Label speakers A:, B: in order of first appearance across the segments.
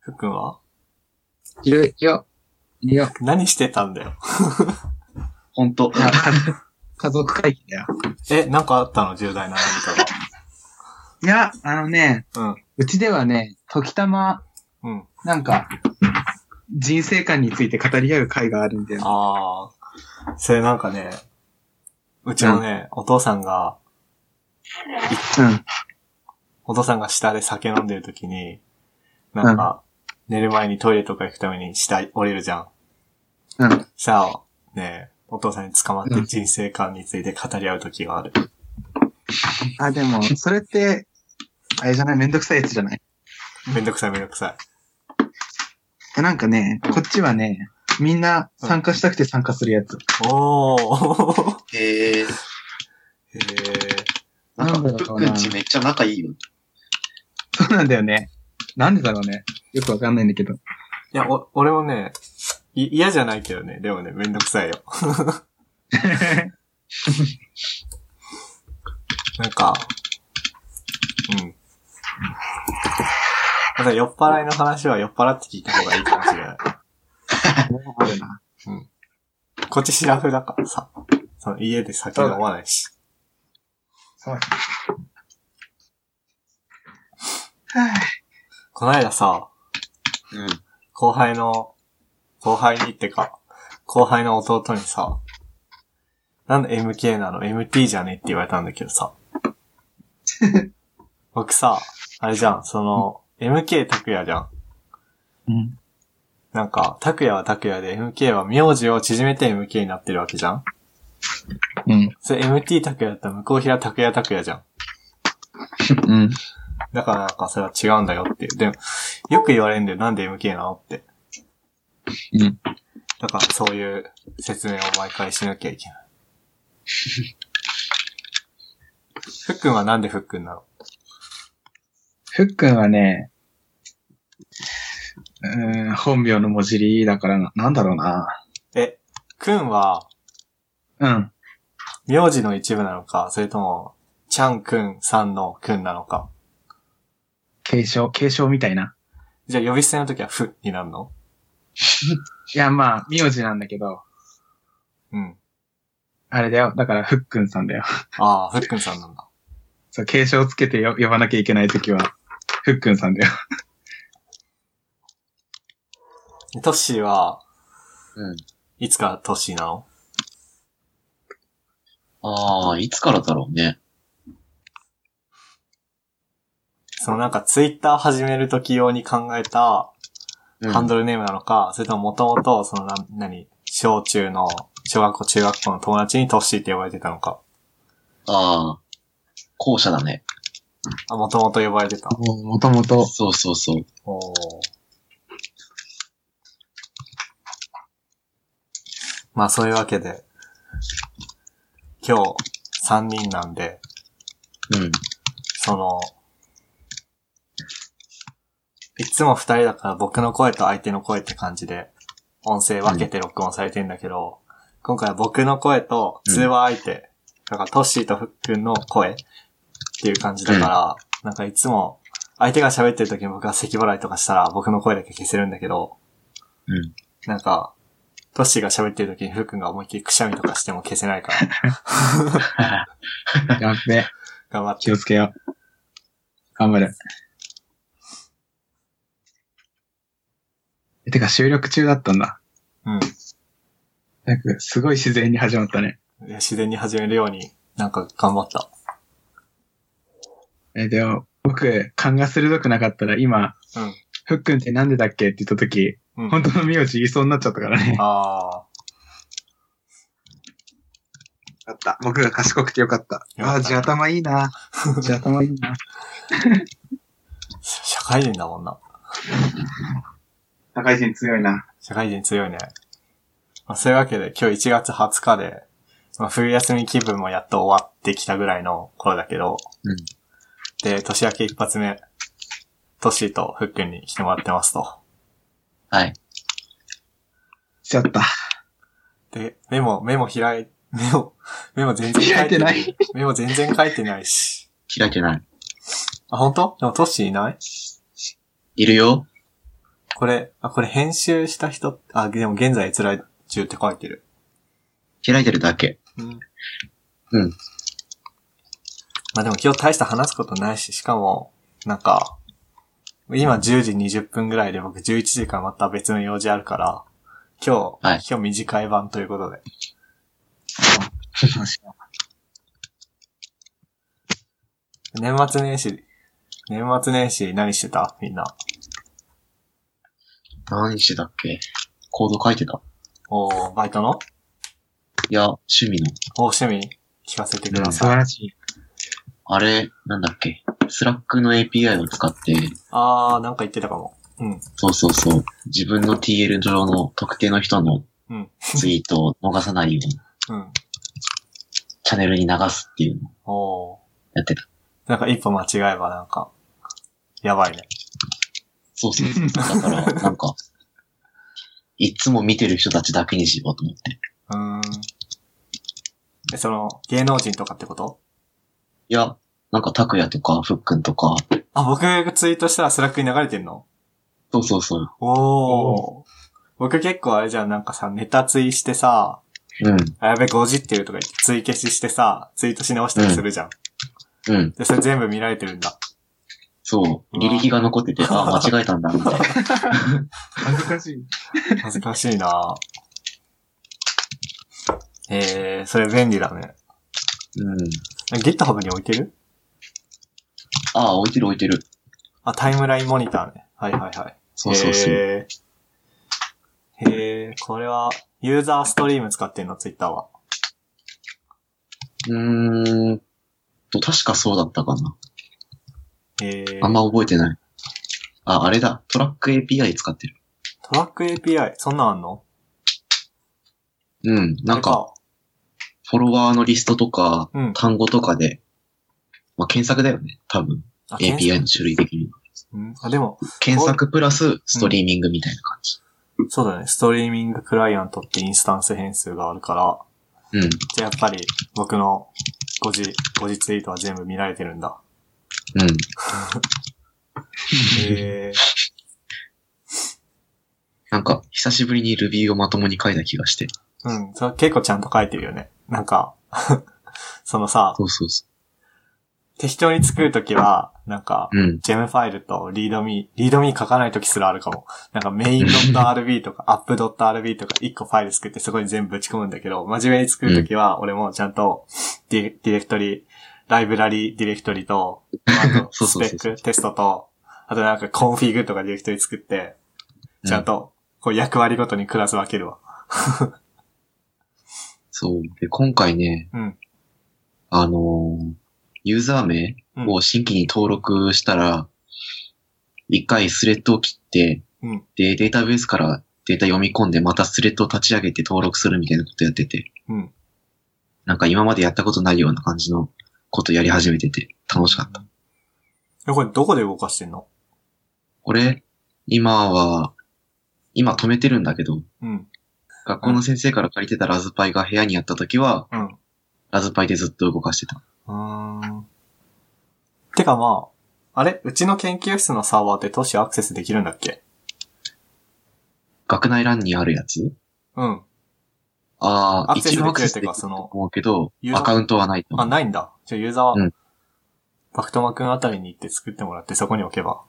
A: ふっくんはい
B: や、いや、いや、
A: 何してたんだよ。
B: ほんと。 家族会議だよ。
A: え、なんかあったの重大な何か
B: いや、あのね、
A: が。
B: うちではね、時たま、
A: うん。うん。
B: なんか、人生観について語り合う会があるんだよ。
A: ああ。それなんかね、うちのね、お父さんが、
B: うん。
A: お父さんが下で酒飲んでる時に、なんか、寝る前にトイレとか行くために下降りるじゃん。
B: うん。
A: さあ、ねお父さんに捕まっ
B: う
A: て
B: ん
A: 人生観について語り合う時がある。
B: あ、でも、それって、あれじゃない、めんどくさいやつじゃない。
A: めんどくさいめんどくさ
B: えなんかね
A: うん、
B: こっちはね、みんな参加したくて参加するやつ。
A: い。おー。
C: へえ。
A: へ
C: なんか、
B: なんだろ
C: ふ
B: う
C: っ
B: な
C: くんちめっちゃ仲いいよ。
B: そうなんだよね。なんでだろうね。よくわかんないんだけど。
A: ーいや、お、俺もね、い嫌じゃないけどね、でもね、めんどくさいよ。 なんか、うん。ただ酔っ払いの話は酔っ払って聞いた方がいいかもしれない。
B: あるな。
A: こっちシラフだからさ。その家で酒飲まないし。
B: そう。はい。
A: こないださ、
C: うん。
A: 後輩の、後輩にってか、後輩の弟にさ、なんで MK なの ?MT じゃねって言われたんだけどさ。僕さ、あれじゃん、その、MK 拓也じゃん。
B: うん。
A: なんか、拓也は拓也で MK は名字を縮めて MK になってるわけじゃん
B: うん。
A: それ MT 拓也だったら向こう平拓也拓也じゃん。
B: うん。
A: だからなんかそれは違うんだよっていう。でも、よく言われるんだよ。なんで MK なのって。
B: うん。
A: だからそういう説明を毎回しなきゃいけない。ふっくんはなんでふっくんなの
B: ふっくんはね、うーん、本名の文字りだからな、なんだろうな。
A: え、くんは
B: うん。
A: 名字の一部なのか、それとも、ちゃんくんさんのくんなのか。
B: 継承、継承みたいな。
A: じゃあ呼び捨ての時はふになるの
B: いや、まあ、名字なんだけど、
A: うん。
B: あれだよ。だから、ふっくんさんだよ。
A: ああ、ふっくんさんなんだ。
B: そう、継承つけてよ呼ばなきゃいけないときは、ふっくんさんだよ。
A: トッシーは、
C: うん。
A: いつからトッシーなの
C: ああ、いつからだろうね。
A: そのなんかツイッター始めるとき用に考えたハンドルネームなのか、それとももともと、そのな、なに、小中の、小学校、中学校の友達にトッシーって呼ばれてたのか。
C: ああ、後者だね。
A: あ、もともと呼ばれてた。
B: ももともと。
C: そうそうそう。
A: おーまあそういうわけで、今日3人なんで、
C: うん。
A: その、いつも二人だから僕の声と相手の声って感じで、音声分けて録音されてんだけど、今回は僕の声と通話相手、だからトッシーとふっくんの声っていう感じだから、なんかいつも相手が喋ってる時に僕が咳払いとかしたら僕の声だけ消せるんだけど、
C: うん
A: なんか、トッシーが喋ってる時にふっくんが思いっきりくしゃみとかしても消せないから、
B: やっべ、
A: 頑張って
B: 気をつけよう。頑張る。えてか、収録中だったんだ。
A: うん。
B: なんか、すごい自然に始まったね。
A: いや自然に始めるように、なんか頑張った。
B: え、でも、僕、勘が鋭くなかったら今、
A: うん
B: ふっくんってなんでだっけって言った時、
A: うん
B: 本当の名字言いそうになっちゃったからね。
A: あ
B: よかった。僕が賢くてよかった。
A: よかった
B: あ、頭いいな。地頭いいな。
A: あ、社会人だもんな。
B: 社会人強いな。
A: 社会人強いね。まあ、そういうわけで今日1月20日で、まあ、冬休み気分もやっと終わってきたぐらいの頃だけど、
C: うん
A: で、年明け一発目、トッシーとフックンに来てもらってますと。
C: はい。
B: しちゃった。
A: で、メモ、メモ開い、メモ、 メモ全然書いて
B: 開い
A: ない。 メモ全然書いてないし。
C: 開けない。
A: あ、本当？でもトッシーいない
C: いるよ。
A: これ、あ、これ編集した人、あ、でも現在閲覧中って書いてる。
C: 開いてるだけ。
A: うん。
C: うん。
A: まあでも今日大した話すことないし、しかも、なんか、今10時20分ぐらいで僕11時からまた別の用事あるから、今日、
C: はい
A: 今日短い版ということで。
B: 話は
A: 年末年始、年末年始何してたみんな。
C: 何してたっけコード書いてた。
A: おー、バイトの
C: いや、趣味の。
A: お趣味聞かせてくだ
B: 素
A: さい。
B: 晴らしい。
C: あれ、なんだっけスラックの API を使って、
A: あー、なんか言ってたかも。うん。
C: そうそうそう。自分の TL 上の特定の人の
A: うん
C: ツイートを逃さないように、
A: うん。
C: チャンネルに流すっていうのを
A: おー。
C: やってた。
A: なんか一歩間違えばなんか、やばいね。
C: そうそうそう。だから、なんか、いつも見てる人たちだけにしようと思って。
A: うーん。え、その、芸能人とかってこと
C: いや、なんか、拓也とか、ふっくんとか、
A: あ、僕がツイートしたらスラックに流れてんの
C: そうそうそう。
A: おー。僕結構あれじゃん、なんかさ、ネタツイしてさ、
C: うん、
A: あやべ、50ってるとか言って、ツイ消ししてさ、ツイートし直したりするじゃん。
C: うん、
A: で、それ全部見られてるんだ。
C: そう。履歴が残ってて、あ、間違えたんだ、みたいな。
B: 恥ずかしい。
A: 恥ずかしいなえー、それ便利だね。
C: うん。
A: GitHub に置いてる
C: あ、置いてる置いてる。
A: あ、タイムラインモニターね。はいはいはい。
C: そうそうそう。
A: へーへーこれは、ユーザーストリーム使ってんの、ツイッターは。
C: うーんと、確かそうだったかな。
A: へー
C: あんま覚えてない。あ、あれだ。トラック API 使ってる。
A: トラック API、そんなんあんの
C: うん。なんか、、フォロワーのリストとか、
A: あれうん。
C: 単語とかで、まあ、検索だよね。多分。
A: あ
C: API の種類的には。
A: うんあ、でも、
C: 検索プラス、ストリーミングみたいな感じ。
A: そうだね。ストリーミングクライアントってインスタンス変数があるから、
C: うん。
A: じゃあやっぱり僕の5時、5時ツイートは全部見られてるんだ。
C: うん。
A: へえ。
C: なんか、久しぶりに Ruby をまともに書いた気がして。
A: うん。それ結構ちゃんと書いてるよね。なんか、 そのさ、
C: そうそうそ
A: 適当に作るときは、なんか、
C: う。うん。
A: ジェムファイルとリードミー、リードミー書かないときすらあるかも。なんかメイン .rb とか app.rb とか1個ファイル作ってそこに全部打ち込むんだけど、真面目に作るときは俺もちゃんとディディレクトリ、ライブラリディレクトリと、あ とス
C: そうそうそうそう
A: ペック、テストと、あとなんかコンフィグとかディレクトリ作って、ちゃんとこう役割ごとにクラス分けるわ。
C: そう。で、今回ね、
A: うん
C: あのーユーザー名
A: うん
C: を新規に登録したら、一、回スレッドを切って、
A: うん
C: で、データベースからデータ読み込んで、またスレッドを立ち上げて登録するみたいなことやってて、
A: うん。
C: なんか今までやったことないような感じのことやり始めてて、楽しかった。
A: え、これどこで動かしてんの
C: これ、今は、今止めてるんだけど、
A: うん。
C: 学校の先生から借りてたラズパイが部屋にあった時は、
A: うん。
C: ラズパイでずっと動かしてた。
A: うーん。てかまあ、あれうちの研究室のサーバーって都市アクセスできるんだっけ
C: 学内欄にあるやつ
A: うん。
C: ああ、
A: アクセス
C: 一応アクセス
A: で
C: で
A: きる
C: きる
A: っていうかその
C: と思うけど
A: ユ、ーザー
C: アカウントはないと思
A: あ、
C: う。
A: ないんだ。じゃあユーザーは、
C: うん
A: バクトマくんあたりに行って作ってもらってそこに置けば。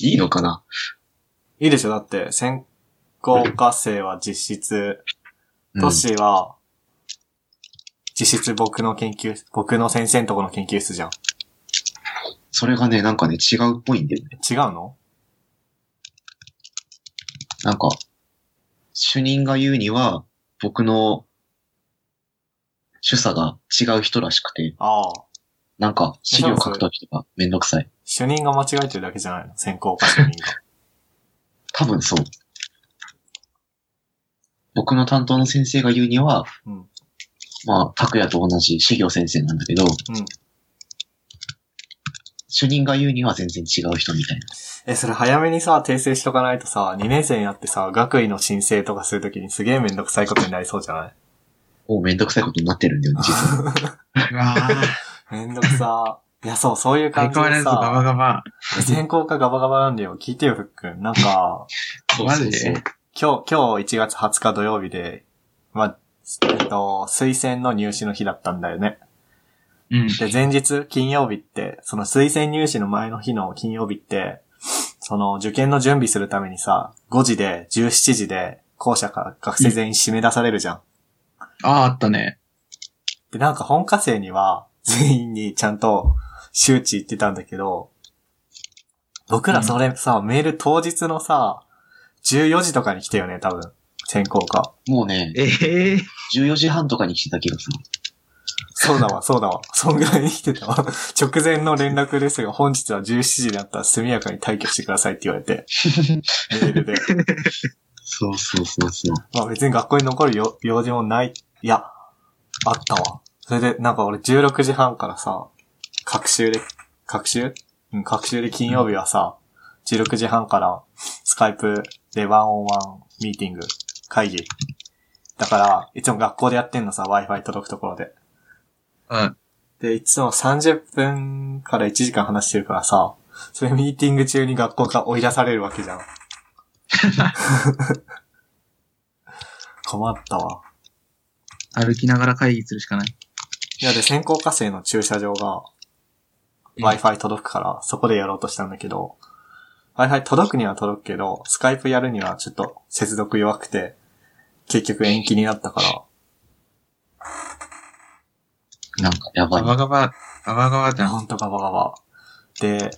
C: いいのかない
A: いでしょだって、先行課生は実質、
C: うん
A: 都市は、実質僕の研究、僕の先生のとこの研究室じゃん。
C: それがね、なんかね、違うっぽいんだよね。
A: 違うの
C: なんか、主任が言うには、僕の主査が違う人らしくて、
A: ああ。
C: なんか、資料書くときとかめんどくさい。
A: 主任が間違えてるだけじゃないの先行課主任が。
C: 多分そう。僕の担当の先生が言うには、
A: うん
C: まあ、拓也と同じ資料先生なんだけど、
A: うん
C: 主任が言うには全然違う人みたいな。
A: え、それ早めにさ、訂正しとかないとさ、2年生になってさ、学位の申請とかするときにすげえめんどくさいことになりそうじゃない
C: もうめんどくさいことになってるんだよね、実は。
B: うわぁ。
A: めんどくさー。いや、そう、そういう感じ
B: 相変わら
A: で
B: ずガバ
A: さ、
B: ガバ。
A: 先行かガバガバなんだよ。聞いてよ、ふっくん。なんか、
C: そう
B: マ
C: そ
B: ジ
C: うそう。
A: 今日、今日1月20日土曜日で、まあ、えっと、推薦の入試の日だったんだよね。
B: うん。
A: で、前日、金曜日って、その推薦入試の前の日の金曜日って、その受験の準備するためにさ、5時で、17時で、校舎から学生全員締め出されるじゃん。
B: ああ、あったね。
A: で、なんか本科生には、全員にちゃんと周知言ってたんだけど、僕らそれさ、メール当日のさ、14時とかに来たよね、多分。選考か。
C: もうね、
B: ええ
C: 14時半とかに来てた気がする。
A: そうだわ、そうだわ。そんぐらいに来てたわ。直前の連絡ですが、本日は17時だったら速やかに退去してくださいって言われて。メールで。
C: そうそうそうそう。
A: まあ別に学校に残るよ用事もない。いや、あったわ。それで、なんか俺16時半からさ、各週で、各週うん、各週で金曜日はさ、16時半からスカイプでワンオンワンミーティング、会議。だから、いつも学校でやってんのさ、Wi-Fi 届くところで。
B: うん。
A: で、いつも30分から1時間話してるからさ、それミーティング中に学校から追い出されるわけじゃん。困ったわ。
B: 歩きながら会議するしかない。
A: いや、で、先行課生の駐車場が、
B: うん
A: Wi-Fi 届くから、そこでやろうとしたんだけど、Wi-Fi 届くには届くけど、スカイプやるにはちょっと接続弱くて、結局延期になったから、
C: なんかやば
B: ガ
C: い。
B: バガバ、ガバガバじゃん。
A: ほんとガバガバ。で、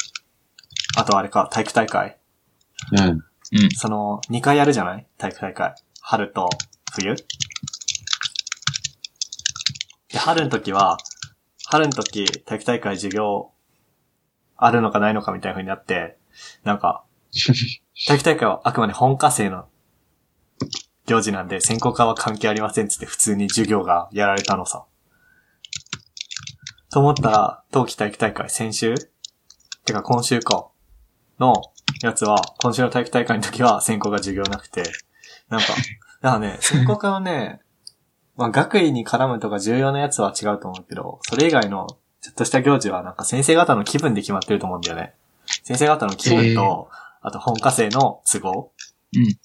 A: あとあれか、体育大会
C: うん。
B: うん。
A: その、2回やるじゃない体育大会。春と冬で、春の時は、春の時、体育大会授業、あるのかないのかみたいな風になって、なんか、体育大会はあくまで本科生の行事なんで、専攻科は関係ありませんっつって普通に授業がやられたのさ。と思ったら、冬季体育大会先週てか今週か。のやつは、今週の体育大会の時は専攻が授業なくて、なんか、だからね、専攻科はね、まあ学位に絡むとか重要なやつは違うと思うけど、それ以外のちょっとした行事はなんか先生方の気分で決まってると思うんだよね。先生方の気分と、あと本科生の都合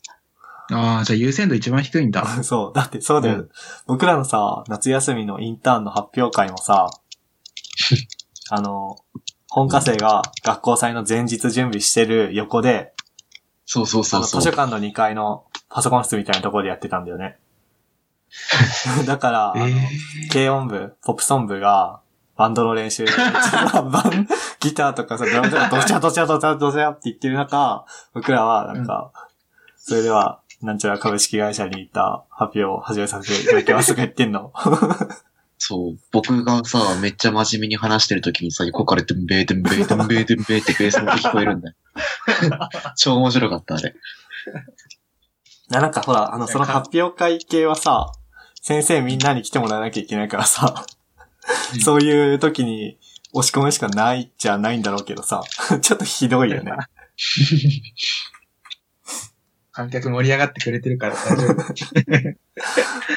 B: ああ、じゃあ優先度一番低いんだ。
A: そう。だってそうだよ。
C: うん
A: 僕らのさ、夏休みのインターンの発表会も さ、あの、本科生が学校祭の前日準備してる横で、
C: そうそう
A: あ
C: そ
A: の
C: う
A: 図
C: そ
A: 書
C: う。
A: 館の2階のパソコン室みたいなところでやってたんだよ ね。だから、あの軽音部、ポップソン部が、バンドの練習で、 バンギターとかさ、ドラムとかドチャドチャドチャドチャって言ってる中、僕らはなんか、それでは、なんちゃら株式会社にいた発表を始めさせていただきますとか言ってん の。
C: そう。僕がさ、めっちゃ真面目に話してる時にさ、横からてんべーてんべーてんべーてんべーってベースの音聞こえるんだよ。超面白かった、あれ。
A: ななんかほら、あの、その発表会系はさ、先生みんなに来てもらわなきゃいけないからさ
B: う、ん
A: そういう時に押し込むしかないじゃないんだろうけどさ、 ちょっとひどいよね。
B: 観客盛り上がってくれてるから大丈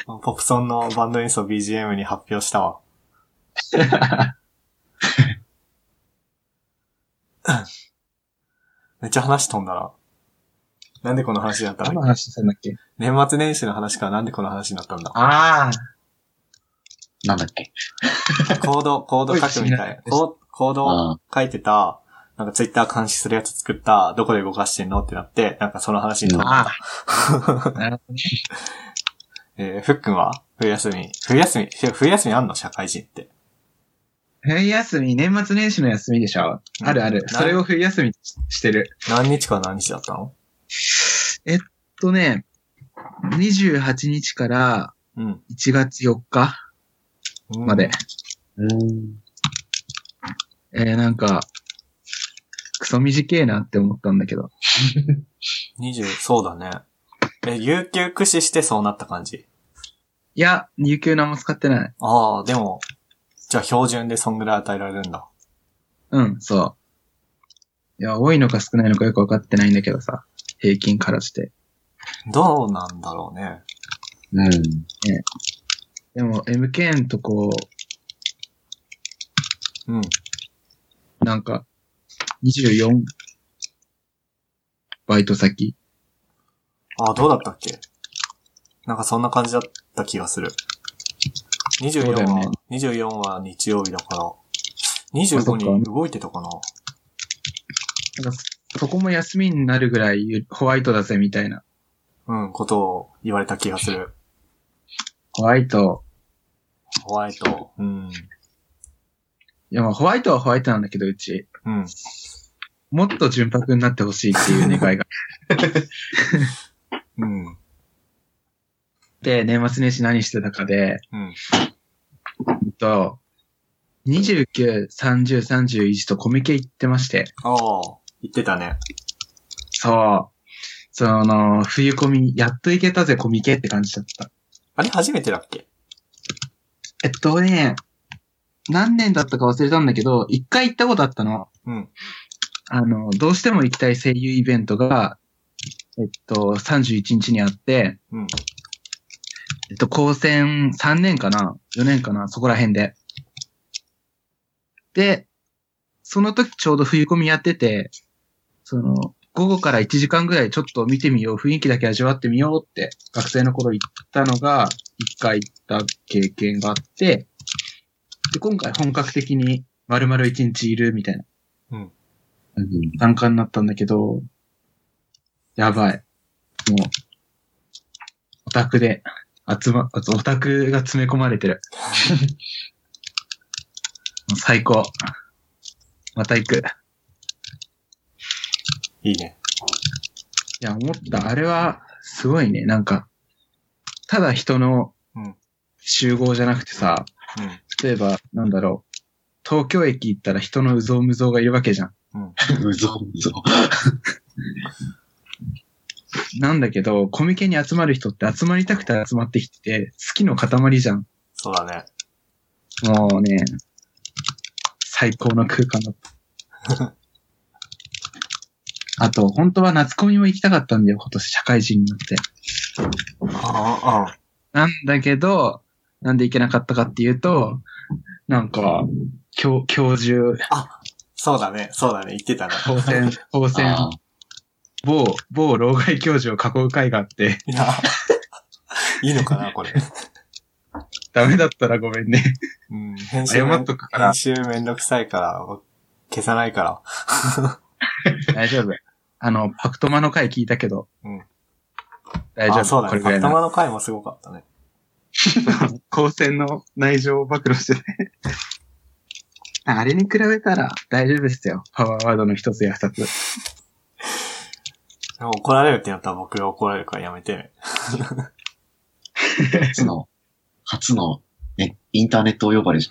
B: 夫。
A: ポプソンのバンド演奏 BGM に発表したわ。 めっちゃ話飛んだな。なんでこの話だった
B: 何
A: の
B: の話したんだっけ
A: 年末年始の話からなんでこの話になったん だ
B: ああ、
C: なんだっけ。
A: コード、コード書く みたい。コーコードを
C: ああ、
A: 書いてた、なんかツイッター監視するやつ作った、どこで動かしてんのってなって、なんかその話に飛んだ。
B: ああ。 なるほどね。
A: えー、ふっくんは冬休み。冬休み冬休みあんの社会人って。
B: 冬休み、年末年始の休みでしょあるある。それを冬休みとしてる。
A: 何日から何日だったの
B: えっとね、28日から
A: うん。
B: 1月4日まで。
C: うん。
B: えー、なんか、クソ短えなって思ったんだけど。
A: 20、そうだね。え、有給駆使してそうなった感じ。
B: いや、有給何も使ってない。
A: ああ、でも、じゃあ標準でそんぐらい与えられるんだ。
B: うん、そう。いや、多いのか少ないのかよくわかってないんだけどさ。平均からして。
A: どうなんだろうね。
C: うん。
B: でも、MK のとこ、
A: うん。
B: なんか、24バイト先。
A: あ、どうだったっけなんかそんな感じだった気がする。
B: そうだ
A: 24
B: よ
A: は、24は
B: ね
A: 日曜日だから、
B: あそっ
A: 25
B: か
A: に動いてたかな
B: なんか、そこも休みになるぐらいホワイトだぜみたいな。
A: うん、ことを言われた気がする。
B: ホワイト。
A: ホワイト。うん。
B: いやまあホワイトはホワイトなんだけど、うち。
A: うん。
B: もっと純白になってほしいっ ていう願いが。
A: うん。
B: で、年末年始何してたかで、
A: うん。
B: えっと、29、30、31とコミケ行ってまして。
A: ああ、言ってたね。
B: そう。その、冬コミ、やっと行けたぜ、コミケって感じだった。
A: あれ初めてだっけ
B: えっとね、何年だったか忘れたんだけど、一回行ったことあったの。
A: うん。
B: あの、どうしても行きたい声優イベントが、えっと、31日にあって、
A: うん。
B: えっと、高専3年かな ?4 年かなそこら辺で。で、その時ちょうど冬コミやってて、その、午後から1時間ぐらいちょっと見てみよう、雰囲気だけ味わってみようって、学生の頃行ったのが、一回行った経験があって、で、今回本格的に丸々1日いるみたいな
C: うん。
B: 参加になったんだけど、やばい。もう、オタクで、集ま、あとオタクが詰め込まれてる。 もう最高。また行く。い
A: いいね。
B: や、思った。あれは、すごいね。なんか、ただ人の
A: うん
B: 集合じゃなくてさ、例えば、なんだろう。東京駅行ったら人のうぞうむぞうがいるわけじゃん。
C: うぞうぞ。
B: なんだけど、コミケに集まる人って集まりたくて集まってきてて、好きの塊じゃん。
A: そうだね。
B: もうね、最高の空間だ った。あと、本当は夏コミも行きたかったんだよ、今年社会人になって。
A: ああ、ああ。
B: なんだけど、なんで行けなかったかっていうと、なんか、教、教授、
A: そうだね。そうだね。言ってたね。
B: 高 専、高専、
C: あー
B: 某、某老害教授を囲う会があって、
A: いや、いいのかな、これ。
B: ダメだったらごめんね。
A: うん。編集
B: 謝
A: めん
B: っとくから
A: 編、集めんどくさいから、消さないから。
B: 大丈夫。あの、パクトマの回聞いたけど、
A: うん
B: 大丈夫。
A: あ、そうだ
B: こ
A: ね。
B: れぐらい
A: 頭
B: の
A: の回もすごかったね。
B: 高専の内情を暴露してね。 あれに比べたら大丈夫ですよ。パワーワードの一つや二つ。
A: でも怒られるってなったら僕が怒られるからやめて ね。
C: 初の、初の、ね、インターネットお呼ばれじ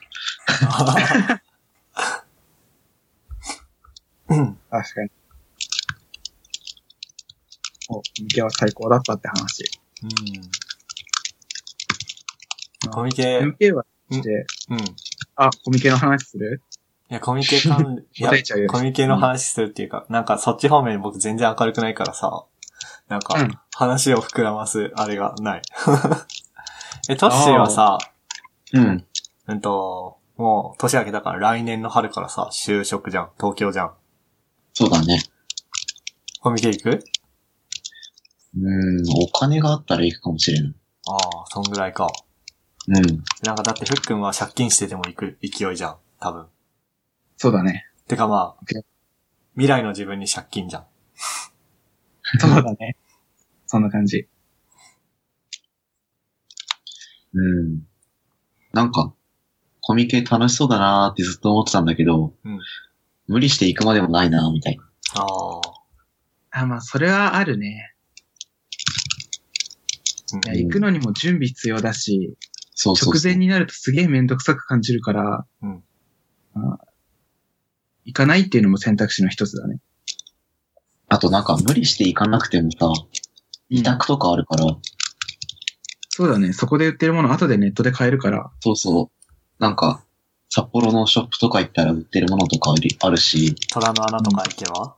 A: うん。
B: 確かに。お、向けは最高だったって話。
A: コミケ、うん。
B: 向けはして、
A: い
B: あ、コミケの話する
A: や、コミケ関、い や
B: 答え、ちゃうよ。
A: コミケの話するっていうか、なんかそっち方面僕全然明るくないからさ、なんか
B: うん、
A: 話を膨らますあれがない。 え、トッシーはさ、
C: ゃん。うん。
A: うんと、もう年明けだから来年の春からさ、就職じゃん、東京じゃん。
C: そうだね。
A: コミケ行く
C: うん、お金があったら行くかもしれない。
A: ああ、そんぐらいか。
C: うん。
A: なんかだってふっくんは借金してても行く勢いじゃん、多分。
B: そうだね。
A: てかまあ
B: OK、
A: 未来の自分に借金じゃん。
B: そうだね。そんな感じ。
C: うん。なんか、コミケ楽しそうだなーってずっと思ってたんだけど、
A: うん
C: 無理して行くまでもないなーみたいな。
A: ああ、
B: あ、まあ、それはあるね。
A: うん
B: いや行くのにも準備必要だし、
C: そうそう
B: 直
C: そう
B: 前になるとすげえめんどくさく感じるから、
A: うん
B: あ行かないっていうのも選択肢の一つだね。
C: あとなんか無理して行かなくてもさ、委託とかあるから、
B: そうだね。そこで売ってるもの後でネットで買えるから。
C: そうそう。なんか、札幌のショップとか行ったら売ってるものとかあるあるし、
A: 虎の穴とか行けば、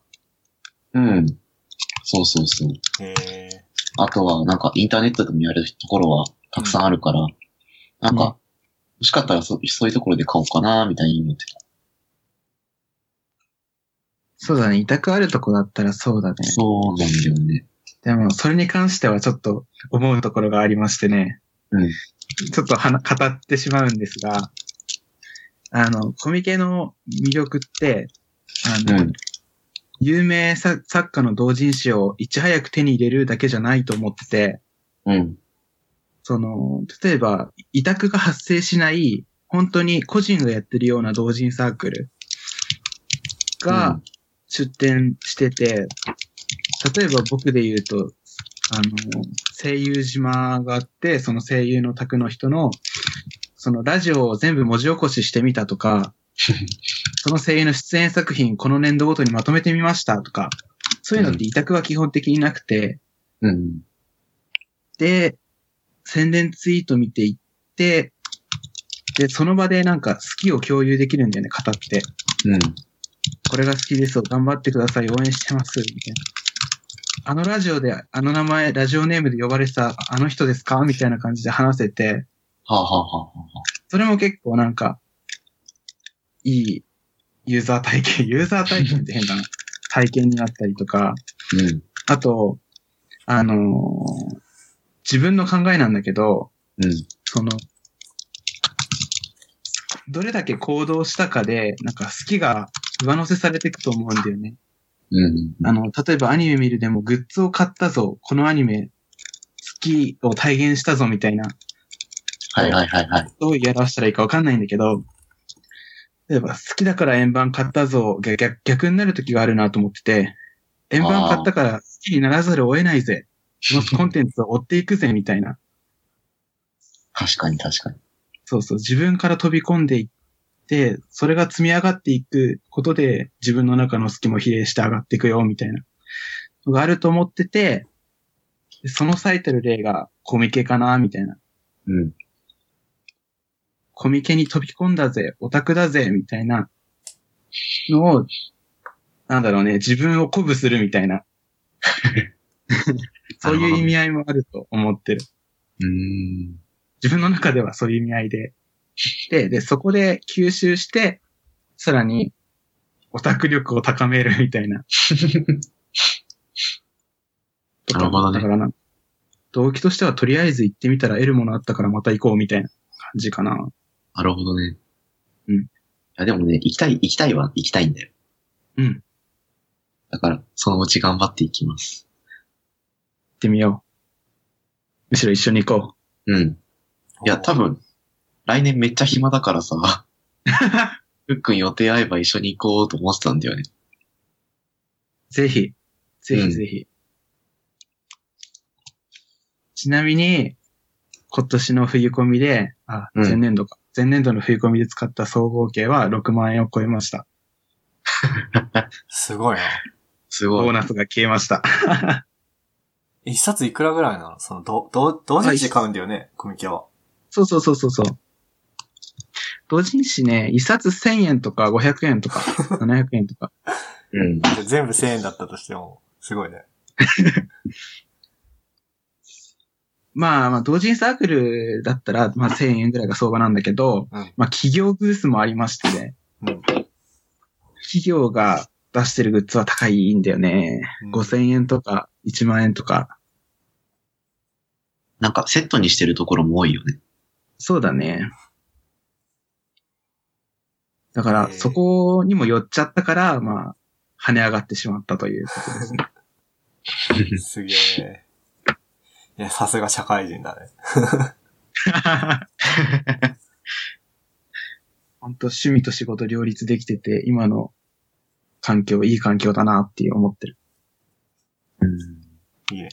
C: うん。そうそうそう。
A: へえ。
C: あとは、なんかインターネットでもやるところはたくさんあるから、なん
B: うん
C: か、欲しかったらそそういうところで買おうかなーみたいに思ってた。
B: そうだね。委託あるとこだったらそうだね。
C: そうなんだよね。
B: でも、それに関してはちょっと思うところがありましてね。
C: うん
B: ちょっとはな語ってしまうんですが、あの、コミケの魅力って、あの、
C: うん
B: 有名さ作家の同人誌をいち早く手に入れるだけじゃないと思ってて、
C: うん。
B: その、例えば、委託が発生しない、本当に個人がやってるような同人サークルが、
C: うん
B: 出展してて、例えば僕で言うと、あの、声優島があって、その声優の宅の人の、そのラジオを全部文字起こししてみたと か、その声優の出演作品この年度ごとにまとめてみましたとか、そういうのって委託は基本的になくて、
C: うん。
B: で、宣伝ツイート見ていって、で、その場でなんか好きを共有できるんだよね、語って。
C: うん。
B: これが好きですを頑張ってください、応援してます、みたいな。あのラジオで、あの名前、ラジオネームで呼ばれてた、あの人ですかみたいな感じで話せて、
C: はあ、はあはあはあ、
B: それも結構なんか、いいユーザー体験、 ユーザー体験って変だな。体験になったりとか、
C: うん。
B: あと、あのー自分の考えなんだけど、
C: うん。
B: その、どれだけ行動したかで、なんか好きが上乗せされていくと思うんだよね。
C: うん。
B: あの、例えばアニメ見るでもグッズを買ったぞ、このアニメ、好きを体現したぞみたいな、
C: はいはいはいはい。
B: どうやらしたらいいかわかんないんだけど、例えば好きだから円盤買ったぞ、逆逆逆になる時があるなと思ってて、円盤買ったから好きにならざるを得ないぜ、そのコンテンツを追っていくぜみたいな、
C: 確かに確かに。
B: そうそう、自分から飛び込んでいって、それが積み上がっていくことで、自分の中の好きも比例して上がっていくよ、みたいなのがあると思ってて、でその最たる例がコミケかな、みたいな。
C: うん。
B: コミケに飛び込んだぜ、オタクだぜ、みたいなのを、なんだろうね、自分を鼓舞するみたいな。そういう意味合いもあると思ってる。
C: うーん。
B: 自分の中ではそういう意味合いで。で、で、そこで吸収して、さらに、オタク力を高めるみたいな。
C: なるほどね
B: だからな、動機としてはとりあえず行ってみたら得るものあったからまた行こうみたいな感じかな。
C: なるほどね。
B: うん
C: いやでもね、行きたい、行きたいは行きたいんだよ。
B: うん。行
C: だから、そのうち頑張っていきます。
B: ってみよう。むしろ一緒に行こ
C: うん。いや、多分、来年めっちゃ暇だから さ、
B: う。
C: ふっくん予定合えば一緒に行こうと思ってたんだよね。
B: ぜひ、ぜ
C: う
B: ひ
C: ん
B: ぜひ。ちなみに、今年の冬込みで、あ、
C: うん
B: 前年度か。前年度の冬込みで使った総合計は6万円を超えました。
A: すごいな。
C: す
B: ボ
C: ご
B: ー
C: い。
B: ナスが消えました。
A: 一冊いくらぐらいなのその、ど、ど、同時で買うんだよね、コミケは。
B: そうそうそうそうそう。同人誌ね、一冊1000円とか500円 とか700円とか。
C: うん。
A: 全部1000円だったとしても、すごいね。
B: まあまあ、同人サークルだったら、まあ1000円ぐらいが相場なんだけど、
A: うん
B: まあ企業ブースもありましてね。
A: うん
B: 企業が出してるグッズは高いんだよね。
A: うん
B: 5000円とか1万円とか。
C: なんかセットにしてるところも多いよね。
B: そうだね。だから、
A: へえ
B: そこにも寄っちゃったから、まあ、跳ね上がってしまった ということですね。
A: すげえ。いや、さすが社会人だね。
B: 本当趣味と仕事両立できてて、今の環境、いい環境だなっていう思ってる。
C: うん。
A: いいね。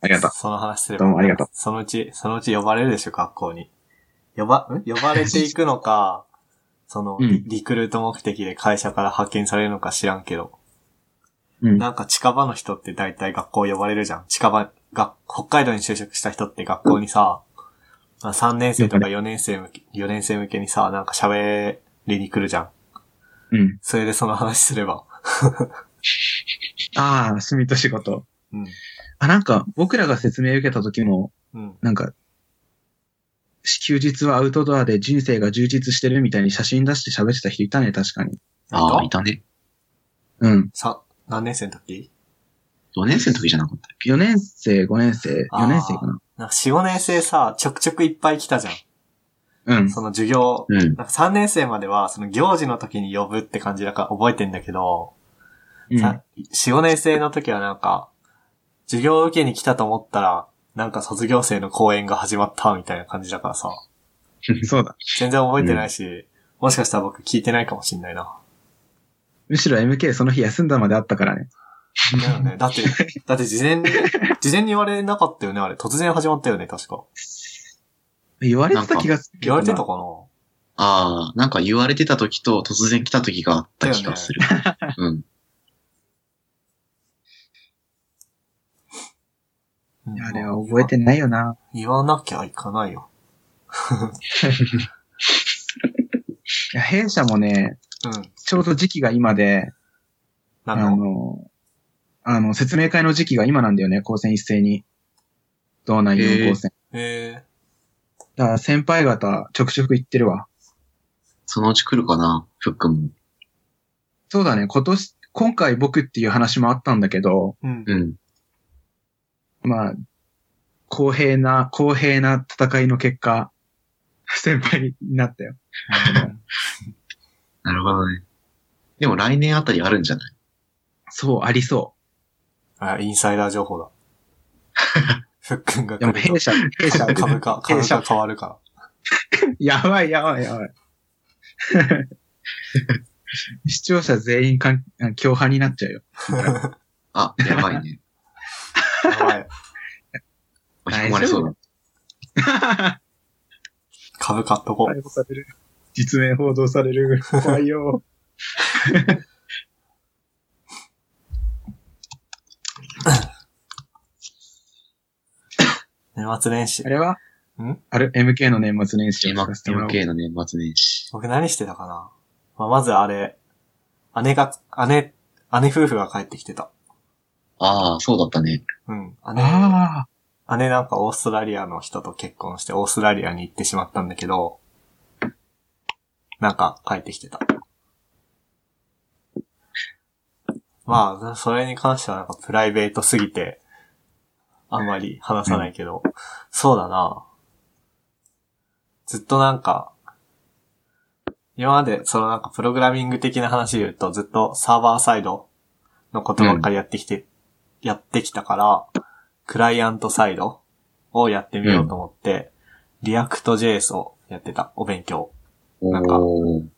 B: ありがとう。
A: その話すれ
B: ど
A: ば
B: う。もありがとう。
A: そのうち、そのうち呼ばれるでしょ、学校に。呼ば、ん呼ばれていくのか、その、
B: うん
A: リクルート目的で会社から派遣されるのか知らんけど。
B: うん。
A: なんか近場の人って大体学校呼ばれるじゃん。近場、が、北海道に就職した人って学校にさ、まあ3年生とか4年生向け、4年生向けにさ、なんか喋りに来るじゃん。
B: うん。
A: それでその話すれば。
B: ああ、趣味と仕事。
A: うん。
B: あ、なんか、僕らが説明受けた時も、
A: うん。
B: なんか、休日はアウトドアで人生が充実してるみたいに写真出して喋ってた人いたね、確かに。
C: ああ、いたね。
B: うん。
A: さ、何年生の時
C: 4年生の時じゃなかったっけ
B: 4年生、5年生、
A: あー
B: 4年生かな。
A: なんか4、5年生さ、ちょくちょくいっぱい来たじゃ
B: うん
A: ん。。その授業。
C: うん。
A: なんか3年生までは、その行事の時に呼ぶって感じだから覚えてんだけど、
B: うん
A: さ、4、5年生の時はなんか、授業を受けに来たと思ったら、なんか卒業生の講演が始まったみたいな感じだからさ、
B: そうだ。
A: 全然覚えてないし、もしかしたら僕聞いてないかもしんないな。
B: むしろ MK その日休んだまであったからね。
A: だよね。だって、だって事前 に、事前に言われなかったよね、あれ。突然始まったよね、確か。
B: 言われてた気がするけ
A: 言
B: ど
A: わ
B: な。
A: れてたかな
C: ああ、なんか言われてた時と突然来た時があった気がする。 うん。
A: うん
B: あれは覚えてないよな。
A: 言わなきゃいかないよ。
B: いや、弊社もね、
A: うん。
B: ちょうど時期が今で、
A: な
B: あ
A: んだろう。
B: の、あの、説明会の時期が今なんだよね、高専一斉に。道内4高専。
A: え
B: だから先輩方、ちょくちょく行ってるわ。
C: そのうち来るかな、フックも。
B: そうだね、今年、今回僕っていう話もあったんだけど、
A: ー、うん。
C: うん。
B: まあ、公平な、公平な戦いの結果、先輩になったよ。
C: なるほどね。でも来年あたりあるんじゃない
B: そう、ありそ
A: あ、インサイダー情報 だ。ふっくんが
B: う。
A: 来
B: でも
A: ると
B: 弊社、弊社、
A: 株価、株価変わるから。
B: やばいやばいやばい。 視聴者全員かん、共犯になっちゃうよ。
C: あ、やばい ね。
A: やばい。
C: 巻き込まれそうだ。
A: 株買っとこう。
B: 逮捕される。実名報道される。怖いよ。
A: 年末年始
B: あ。れは
A: ん
B: あれ ?MK の年末年始を
C: 今、
B: 聞かせてもらおう。
C: MK の年末年始。
A: 僕何してたかな、まあ、まずあれ、姉が、姉、姉夫婦が帰ってきてた。
C: ああ、そうだったね。
A: うん。
B: あ
A: 姉、姉なんかオーストラリアの人と結婚してオーストラリアに行ってしまったんだけど、なんか帰ってきてた。まあ、それに関してはなんかプライベートすぎて、あんまり話さないけど、そうだな。ずっとなんか、今までそのなんかプログラミング的な話で言うとずっとサーバーサイドのことばっかりやってきて、やってきたから、クライアントサイドをやってみようと思って、リアクト JS をやってた、お勉強。なんか
C: おー。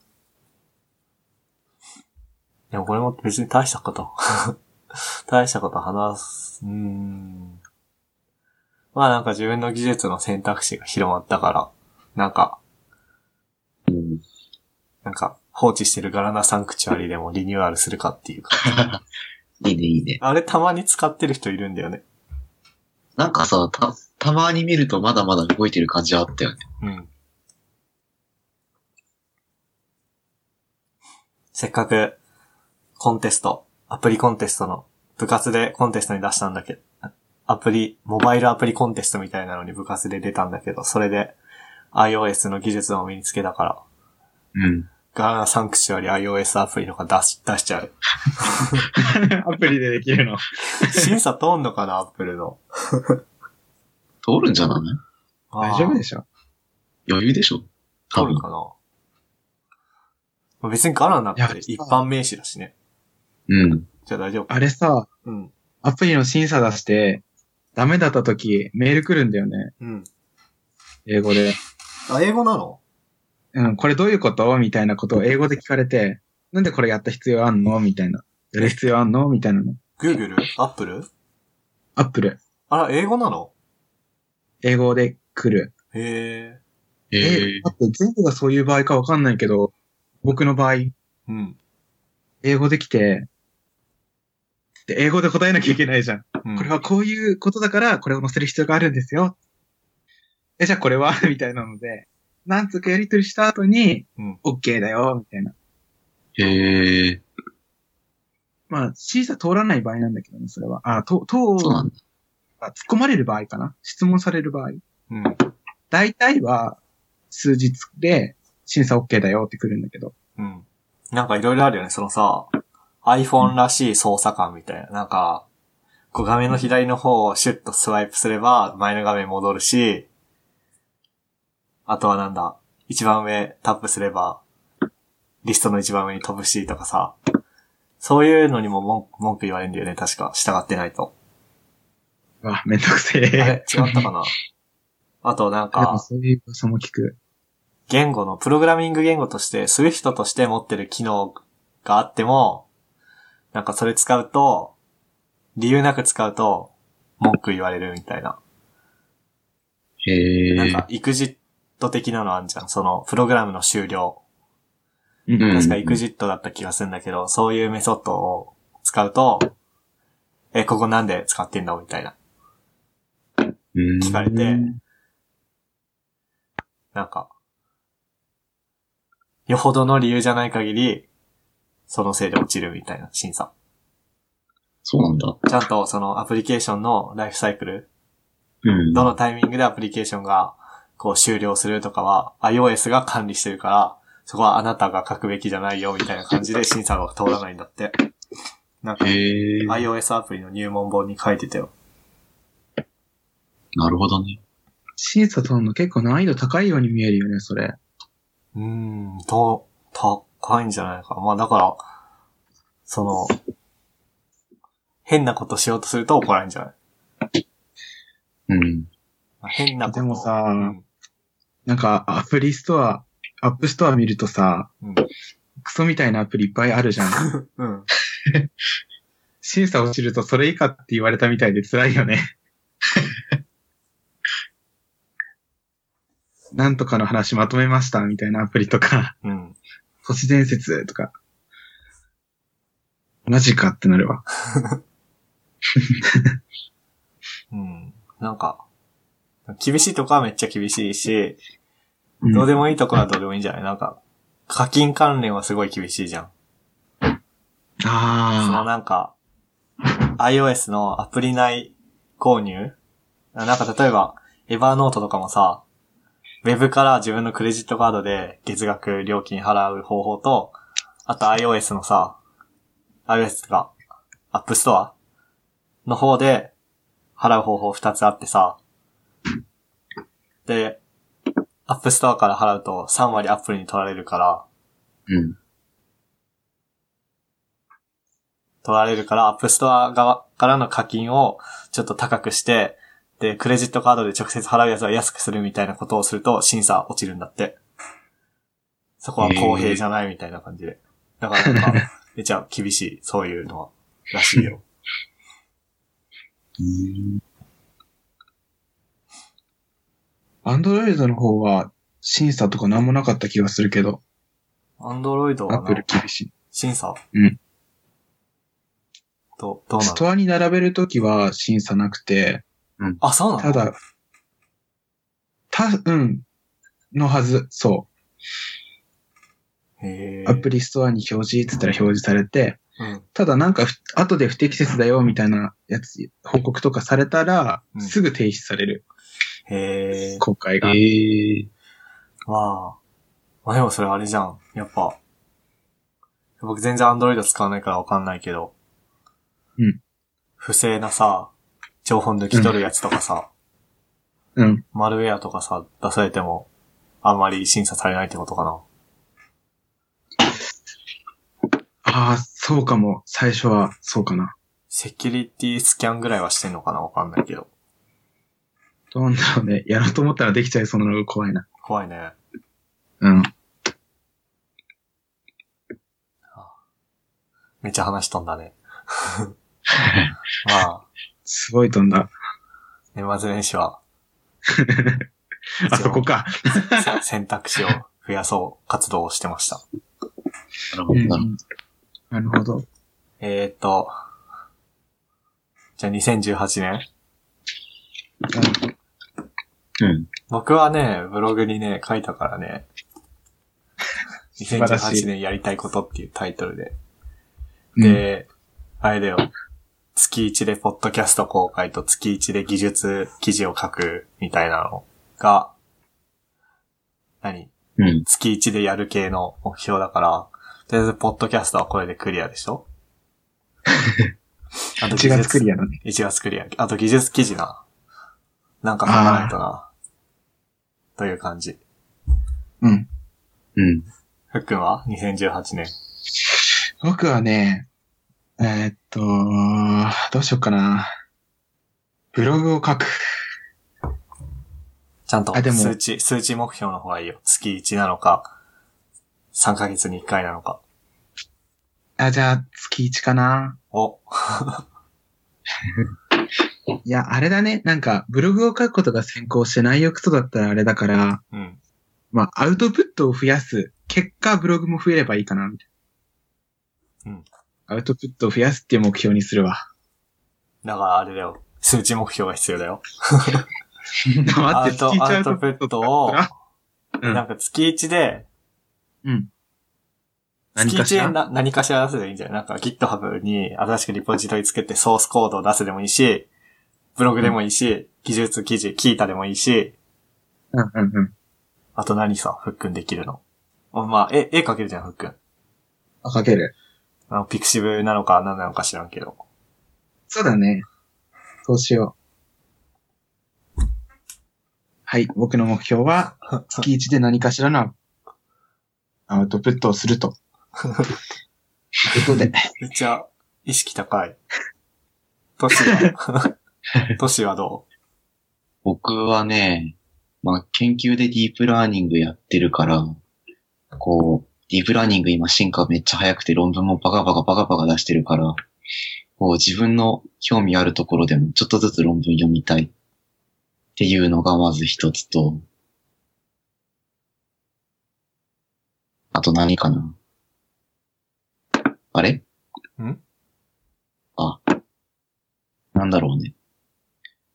A: でもこれも別に大したこと。 大したこと話す。うーん。まあなんか自分の技術の選択肢が広まったから、なんか、
C: うん
A: なんか放置してるガラナサンクチュアリでもリニューアルするかっていうか。
C: いいね、いいね。
A: あれたまに使ってる人いるんだよね。
C: なんかさ、た、たまに見るとまだまだ動いてる感じはあったよね。
A: うん。せっかく、コンテスト、アプリコンテストの、部活でコンテストに出したんだけど、アプリ、モバイルアプリコンテストみたいなのに部活で出たんだけど、それで iOS の技術を身につけたから、
C: うん。
A: ガーナサンクチュアリ iOS アプリとか出し、出しちゃう。
B: あ。アプリでできるの。
A: 審査通んのかな、アップルの。
C: 通るんじゃない
B: 大丈夫で
A: し
B: しょ。
C: 余裕でしょ
A: ょ
C: 多
A: 通る
C: 分。
A: かな。まあ別にガラナって
B: いやさ
A: 一般名詞だしね。
C: うん。
A: じゃあ大丈夫。
B: あれさ、
A: うん。
B: アプリの審査出して、ダメだった時、メール来るんだよね。
A: うん。
B: 英語で。
A: あ、英語なの
B: うん、これどういうことみたいなことを英語で聞かれて、なんでこれやった必要あんのみたいな。やる必要あんのみたいなの。
A: Google? Apple?
B: アップル、
A: あら、英語なの
B: 英語で来る。
A: へえ。
C: ええ
B: だって全部がそういう場合かわかんないけど、僕の場合、
A: うん。
B: 英語で来て、で、英語で答えなきゃいけないじゃん。
A: うん
B: これはこういうことだから、これを載せる必要があるんですよ。え、じゃあこれは みたいなので、なんつうかやりとりした後に、
A: うん
B: オッ OK だよ、みたいな。
C: へえ。
B: まあ、審査通らない場合なんだけどね、それは。あ、と、通
C: そうなんだ。
B: あ突っ込まれる場合かな質問される場合。
A: うん。
B: 大体は、数日で審査 OK だよって来るんだけど、
A: うん。なんかいろいろあるよね、そのさ、iPhone らしい操作感みたいな。なんか、こう画面の左の方をシュッとスワイプすれば、前の画面に戻るし、あとはなんだ、一番上タップすれば、リストの一番上に飛ぶし、とかさ、そういうのにも文文句言われるんだよね、確か。従ってないと。
B: うわ、めんどくせ
A: あ
B: え
A: れ。違ったかなあとなん
B: でも
A: か、
B: そういう噂も聞く。
A: 言語の、プログラミング言語として、Swift として持ってる機能があっても、なんかそれ使うと、理由なく使うと、文句言われるみたいな。
C: へ
A: なん
C: え。
A: か、エクジット的なのあんじゃん。その、プログラムの終了。
B: うん
C: うん
A: 確かエクジットだった気がするんだけど、そういうメソッドを使うと、え、ここなんで使ってんだみたいな。聞かれて
C: うん
A: なんか、よほどの理由じゃない限り、そのせいで落ちるみたいな審査。
C: そうなんだ。
A: ちゃんとそのアプリケーションのライフサイクル、
C: うん。
A: どのタイミングでアプリケーションがこう終了するとかは iOS が管理してるから、そこはあなたが書くべきじゃないよみたいな感じで審査が通らないんだって。なんか
C: へえ。
A: iOS アプリの入門本に書いてたよ。
C: なるほどね。
B: 審査取るの結構難易度高いように見えるよね、それ。
A: うーん、と、高いんじゃないか。まあだから、その、変なことしようとすると怒られるんじゃない
C: うん。
A: まあ変なこと。
B: でもさ
A: うん、
B: なんか、アプリストア、アップストア見るとさ、
A: うん
B: クソみたいなアプリいっぱいあるじゃん。
A: うん。
B: 審査落ちるとそれ以下って言われたみたいで辛い よね。なんとかの話まとめましたみたいなアプリとか、
A: うん。
B: 都市伝説とか。マジかってなるわ。
A: うん。なんか、厳しいとこはめっちゃ厳しいし、
B: うん
A: どうでもいいとこはどうでもいいんじゃないなんか、課金関連はすごい厳しいじゃん。その
B: ああ。
A: なんか、iOS のアプリ内購入なんか例えば、エバーノートとかもさ、ウェブから自分のクレジットカードで月額料金払う方法と、あと iOS のさ、iOS とか、App Store の方で払う方法二つあってさ、で、App Store から払うと3割アップルに取られるから、
C: うん。
A: 取られるから、アップストア側からの課金をちょっと高くして、で、クレジットカードで直接払うやつは安くするみたいなことをすると審査落ちるんだって。そこは公平じゃないみたいな感じで。だからなんか、めちゃ厳しい、そういうのは、らしいよ。
C: うん
B: アンドロイドの方は審査とかなんもなかった気がするけど、
A: アンドロイド
B: ア
A: は
B: ップル
A: な
B: 厳しい。
A: 審査
B: うん。
A: ど、どうな
B: ス
A: の
B: トアに並べるときは審査なくて、
A: あ、そうなの
B: ただ、た、うん、のはず、そ
A: へー
B: う。アプリストアに表示って言ったら表示されて、
A: うん。
B: ただなんかふ、後で不適切だよみたいなやつ、報告とかされたら、
A: うん
B: すぐ停止される、
A: へー
B: 公開が。
C: へえ。
A: まあ、まあでもそれあれじゃん。やっぱ、僕全然 Android 使わないからわかんないけど。
B: うん。
A: 不正なさ、情報抜き取るやつとかさ、
B: うん。
A: マルウェアとかさ、出されても、あんまり審査されないってことかな。
B: ああ、そうかも。最初は、そうかな。
A: セキュリティスキャンぐらいはしてんのかなわかんないけど。
B: どうなんだろうね。やろうと思ったらできちゃいそうなのが怖いな。
A: 怖いね。
B: うん。
A: めっちゃ話飛ん だね。まあ、
B: すごい飛んだ。
A: 年末年始は、
B: あそこか。
A: せ選択肢を増やそう活動をしてました。
C: なるほどな。
B: なるほど。
A: えー、っと、じゃあ2018年
C: うん。
A: 僕はね、ブログにね、書いたからね。
B: 晴らしい
A: 2018年やりたいことっていうタイトルで。
B: で、
A: で、あれだよ。月1でポッドキャスト公開と月1で技術記事を書くみたいなのが、何
C: うん。
A: 月1でやる系の目標だから、とりあえず、ポッドキャストはこれでクリアで しょあと
B: 1月ク
A: ア。
B: リアのね。
A: 1月クリア。あと技術記事な。なんか書かないとな。という感じ。
B: うん。
C: うん。
A: ふっくんは ?2018 年。
B: 僕はね、えーっと、どうしようかな。ブログを書く。
A: ちゃんと
B: あでも
A: 数値、数値目標の方がいいよ。月1なのか、3ヶ月に1回なのか。
B: あ、じゃあ、月1かな。
A: お、
B: いや、あれだね。なんか、ブログを書くことが先行して内容クソだったらあれだから、
A: うん。
B: まあ、アウトプットを増やす。結果、ブログも増えればいいかな、みたいな。
A: うん。
B: アウトプットを増やすっていう目標にするわ。
A: だからあれだよ。数値目標が必要だよ。ア
B: 待
A: ウ
B: って、
A: ト
B: 月、1
A: アウトプッ トを、
B: うん
A: なんか月1で、
B: うん。
A: 月
B: 何かし
A: 1
B: ら
A: でな何かしら出せばいいんじゃないなんか GitHub に新しくリポジトリつけてソースコードを出すでもいいし、ブログでもいいし、技術記事、聞いたでもいいし、
B: うんうんうん。
A: あと何さ、ふっくんできるの。あまあ、絵、絵描けるじゃん、ふっくん。
B: あ、書ける。
A: あの、ピクシブなのか何なのか知らんけど。
B: そうだね。そうしよう。はい、僕の目標は、月1で何かしらのアウトプットをすると。ということで、
A: めっちゃ、意識高い。都市は、 都市はど
C: 僕はね、まあ、研究でディープラーニングやってるから、こう、ディープラーニング今進化めっちゃ早くて論文もバカバカバカバカ出してるから、こう自分の興味あるところでもちょっとずつ論文読みたいっていうのがまず一つと、あと何かなあれ
A: ん
C: あ、なんだろうね。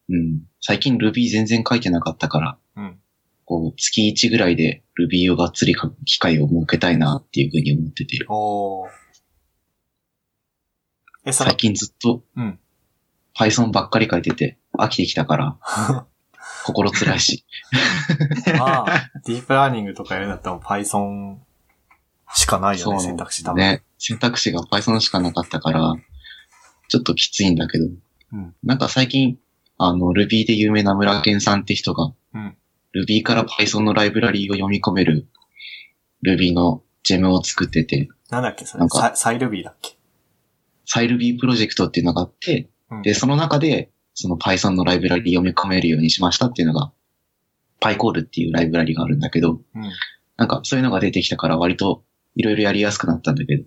C: うん。最近 Ruby 全然書いてなかったから、
A: ううん。
C: こう、月1ぐらいで Ruby をがっつり書く機会を設けたいなっていうふうに思ってて、
A: おー。え、それ
C: 最、近ずっと
A: うん。
C: Python ばっかり書いてて、飽きてき たから、心辛いし。
A: まあ、ディープラーニングとかやるんだったら Python しかないよね、選択肢多分。
C: ね。選択肢が Python しかなかったから、ちょっときついんだけど、
A: うん
C: なんか最近、あの、Ruby で有名な村健さんって人が、
A: うん
C: Ruby から Python のライブラリーを読み込める Ruby のジェムを作ってて、
A: なんだっけ、そ
C: な
A: れ。
C: んか
A: サイサイルビーだっけ。
C: サイルビープロジェクトっていうのがあって、
A: うん
C: で、その中で、その Python のライブラリ読み込めるようにしましたっていうのが、PyCall っていうライブラリがあるんだけど、
A: うん。
C: なんかそういうのが出てきたから割といろいろやりやすくなったんだけど、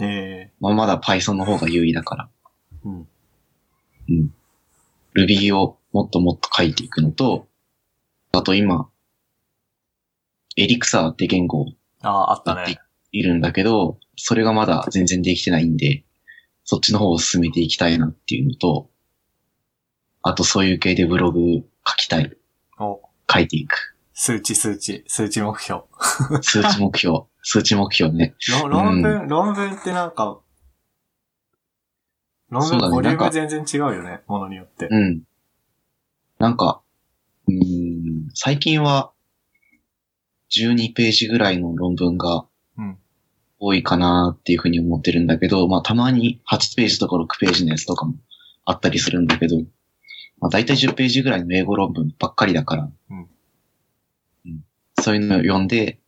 A: え
C: まあ、まだ Python の方が優位だから、
A: ー、うん。
C: Ruby をもっともっと書いていくのと、あと今、Elixir って言語を
A: ああ、あった
C: やって
A: ね。
C: いるんだけど、それがまだ全然できてないんで、そっちの方を進めていきたいなっていうのと、あとそういう系でブログ書きたい。
A: お、
C: 書いていく。
A: 数値数値、数値目標。
C: 数値目標。数値目標ね。
A: ろ論文、論文ってなんか、論
C: そうだ
A: 文、
C: ね
A: ボリュ
C: なん
A: ーム
C: か
A: 全然違うよね、ものによって。
C: うん。なんか、うーん、最近は12ページぐらいの論文が
A: うん
C: 多いかなっていうふうに思ってるんだけど、まあたまに8ページとか6ページのやつとかもあったりするんだけど、まあ大体10ページぐらいの英語論文ばっかりだから、
A: うん
C: うんそういうのを読んで、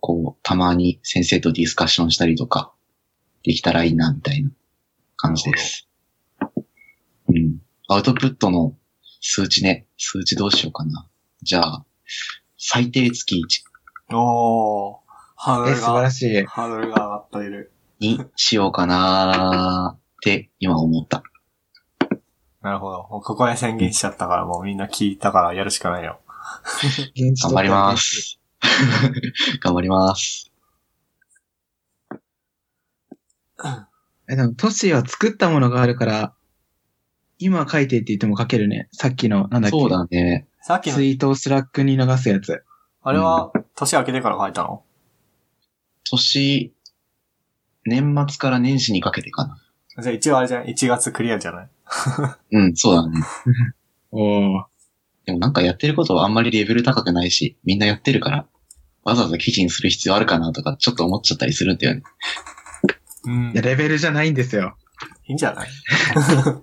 C: こう、たまに先生とディスカッションしたりとか、できたらいいな、みたいな感じです。うん。アウトプットの数値ね。数値どうしようかな。じゃあ、最低月
A: おー、ハード
B: え、
A: ル
B: 素晴ら
A: が、
B: しい。
A: ハードルが上がっている。
C: 1にしようかなーって今思った。
A: なるほど。もうここで宣言しちゃったから、もうみんな聞いたからやるしかないよ。
B: 現地
C: 頑張りま。す。 頑張ります。
B: え、でも、都市は作ったものがあるから、今書いてって言っても書けるね。さっきの、なんだっけ。
C: そうだね。
A: さっきの
B: ツイートをスラックに流すやつ。
A: あれは、年明けてから書いたの
C: 年、年末から年始にかけてかな。
A: じゃあ一応あれじゃん ?1 月クリアじゃない
C: うん、そうだね。
B: おお。
C: でもなんかやってることはあんまりレベル高くないし、みんなやってるから、わざわざ記事にする必要あるかなとか、ちょっと思っちゃったりするんだよね。
A: うん。
B: いや、
A: い
B: レベルじゃないんですよ。
A: いんじゃない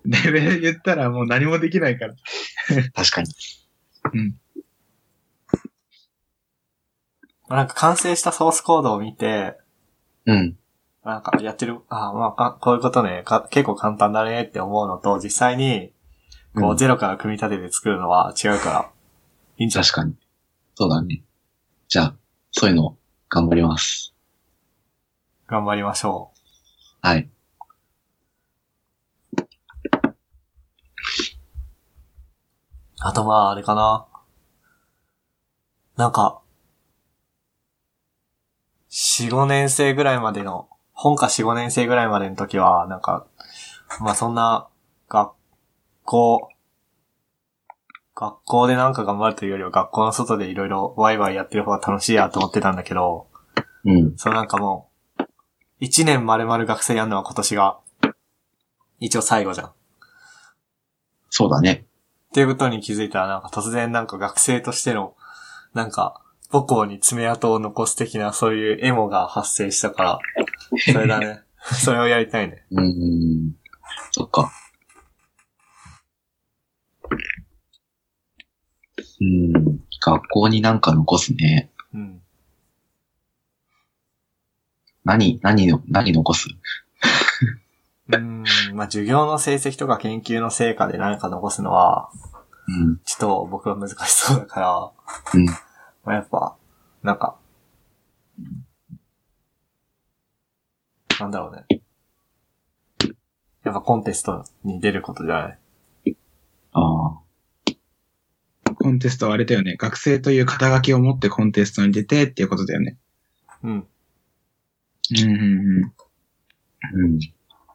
B: レベル言ったらもう何もできないから。
C: 確かに。
A: まあなんか完成したソースコードを見て、
C: うん。
A: なんかやってる、ああ、まあ、あこういうことね、か結構簡単だねって思うのと、実際に、こ
C: う
A: う、
C: ん
A: ゼロから組み立てて作るのは違うから、いいんじゃない
C: 確かに。そうだね。じゃあ、そういうの、頑張ります。
A: 頑張りましょう。
C: はい。
A: あとまあ、あれかな。なんか、4、5年生ぐらいまでの、本科4、5年生ぐらいまでの時は、なんか、まあそんな、学校、学校でなんか頑張るというよりは、学校の外でいろいろワイワイやってる方が楽しいやと思ってたんだけど、
C: うん。
A: そうなんかもう、一年丸々学生やるのは今年が、一応最後じゃん。っ
C: そうだね。
A: ていうことに気づいたら、なんか突然なんか学生としての、なんか、母校に爪痕を残す的なそういうエモが発生したから、それだね。それをやりたいね。
C: うーん。そっか。うーん。学校になんか残すね。
A: うん。
C: 何、何の、何残す
A: うーん、まあ、授業の成績とか研究の成果で何か残すのは、
C: うん。
A: ちょっと僕は難しそうだから、
C: うん
A: まあ、やっぱ、なんか、なんだろうね。やっぱコンテストに出ることじゃない
C: ああ。
B: コンテストはあれだよね。学生という肩書きを持ってコンテストに出てっていうことだよね。
A: うん。
B: うんうんうん。
C: うん。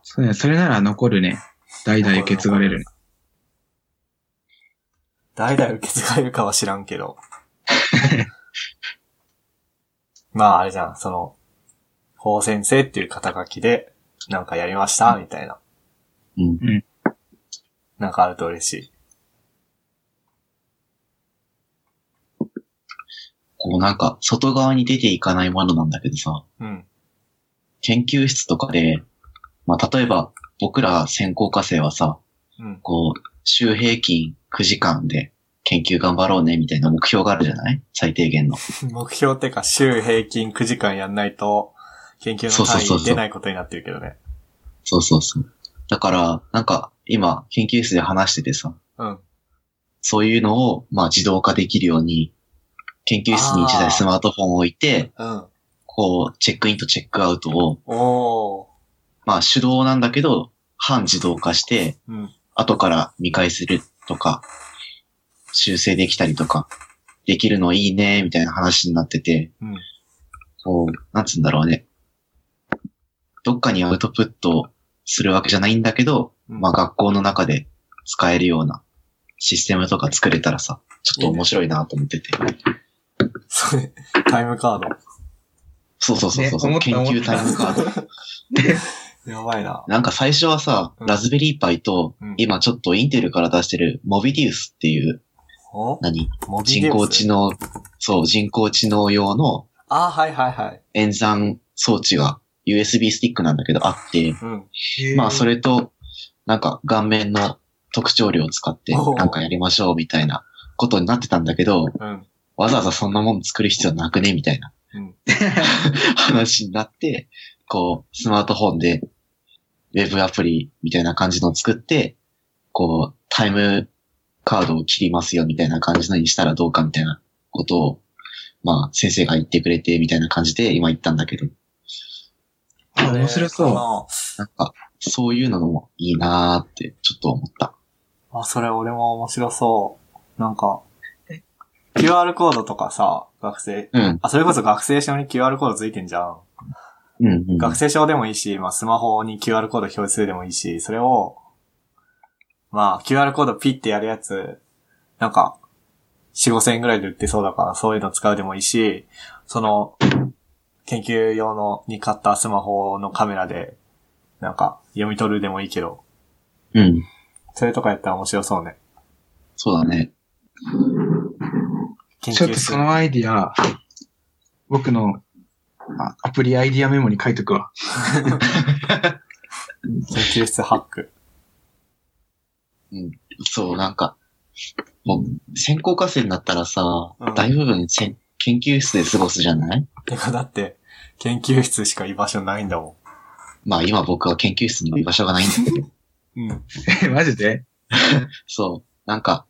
B: そうね。それなら残るね。代々受け継がれるね。
A: 代々受け継がれるかは知らんけ ど。まあ、あれじゃん、その、法先生っていう肩書きで、なんかやりました、みたいな。
C: うん
B: うん
A: なんかあると嬉しい。
C: こうなんか、外側に出ていかないものなんだけどさ、
A: うん。
C: 研究室とかで、まあ、例えば、僕ら専攻科生はさ、
A: うん。
C: こう、週平均9時間で研究頑張ろうね、みたいな目標があるじゃない最低限の。
A: 目標ってか、週平均9時間やんないと、研究の
C: そうそう
A: 単
C: そう
A: 位
C: そう
A: 出ないことになってるけどね。
C: そうそうそう。だから、なんか、今、研究室で話しててさ、
A: うん。
C: そういうのを、まあ、自動化できるように、研究室に1
A: あー
C: 台スマートフォンを置いて、
A: うん。
C: こう、チェックインとチェックアウトを、
A: おー。
C: まあ、手動なんだけど、半自動化して、
A: うん。
C: 後から見返せるとか、修正できたりとか、できるのいいね、みたいな話になってて、
A: うん。
C: こう、なんつうんだろうね。どっかにアウトプットするわけじゃないんだけど、
A: うん
C: まあ学校の中で使えるようなシステムとか作れたらさ、ちょっと面白いなと思ってて。
A: それ、タイムカード。
C: そうそうそう
B: ね
C: そう、
B: 思った
C: 研
B: 思った
C: 究タイムカード。
A: やばいな。
C: なんか最初はさ、
A: うん
C: ラズベリーパイと、
A: うん
C: 今ちょっとインテルから出してるモビディウスっていう、
A: お
C: 何
A: モビデ
C: 人
A: ウス
C: 工知能、そう、人工知能用の
A: あー、はいはいはい。
C: 演算装置が USB スティックなんだけどあって、
A: うん。
C: まあそ
B: れ。
C: れと、なんか顔面の特徴量を使って
A: おう
C: なんかやりましょうみたいなことになってたんだけど、
A: うん。
C: わざわざそんなもん作る必要なくねみたいな
A: うん。
C: 話になって、こう、スマートフォンで、ウェブアプリみたいな感じのを作って、こう、タイムカードを切りますよみたいな感じのにしたらどうかみたいなことを、まあ先生が言ってくれてみたいな感じで今言ったんだけど、
B: あ、面白そう。
A: う。
C: なんかそういうのもいいなーってちょっと思った。
A: あ、それ俺も面白そう。なんか、QR コードとかさ、学生、
C: うん。
A: あ、それこそ学生証に QR コードついてんじゃん。
C: うん、うん。
A: 学生証でもいいし、まあ、スマホに QR コード表示するでもいいし、それを、まあ、QR コードピッてやるやつ、なんか、4、5千円ぐらいで売ってそうだから、そういうの使うでもいいし、その、研究用のに買ったスマホのカメラで、なんか、読み取るでもいいけど、
C: うん。
A: それとかやったら面白そうね。
C: そうだね。
A: 研
B: ちょっ
A: 究
B: と
A: 室
B: そ。のアイディア、僕のあアプリアイディアメモに書いとくわ。
A: 研究室ハック。
C: そう、なんか、もう、先行課生になったらさ、
A: うん
C: 大部分せん研究室で過ごすじゃない
A: てか、だって、研究室しか居場所ないんだも
C: まあ今僕は研究室に居場所がないんだ けど、
A: ん。うん。
B: え、 マジで
C: そう、なんか、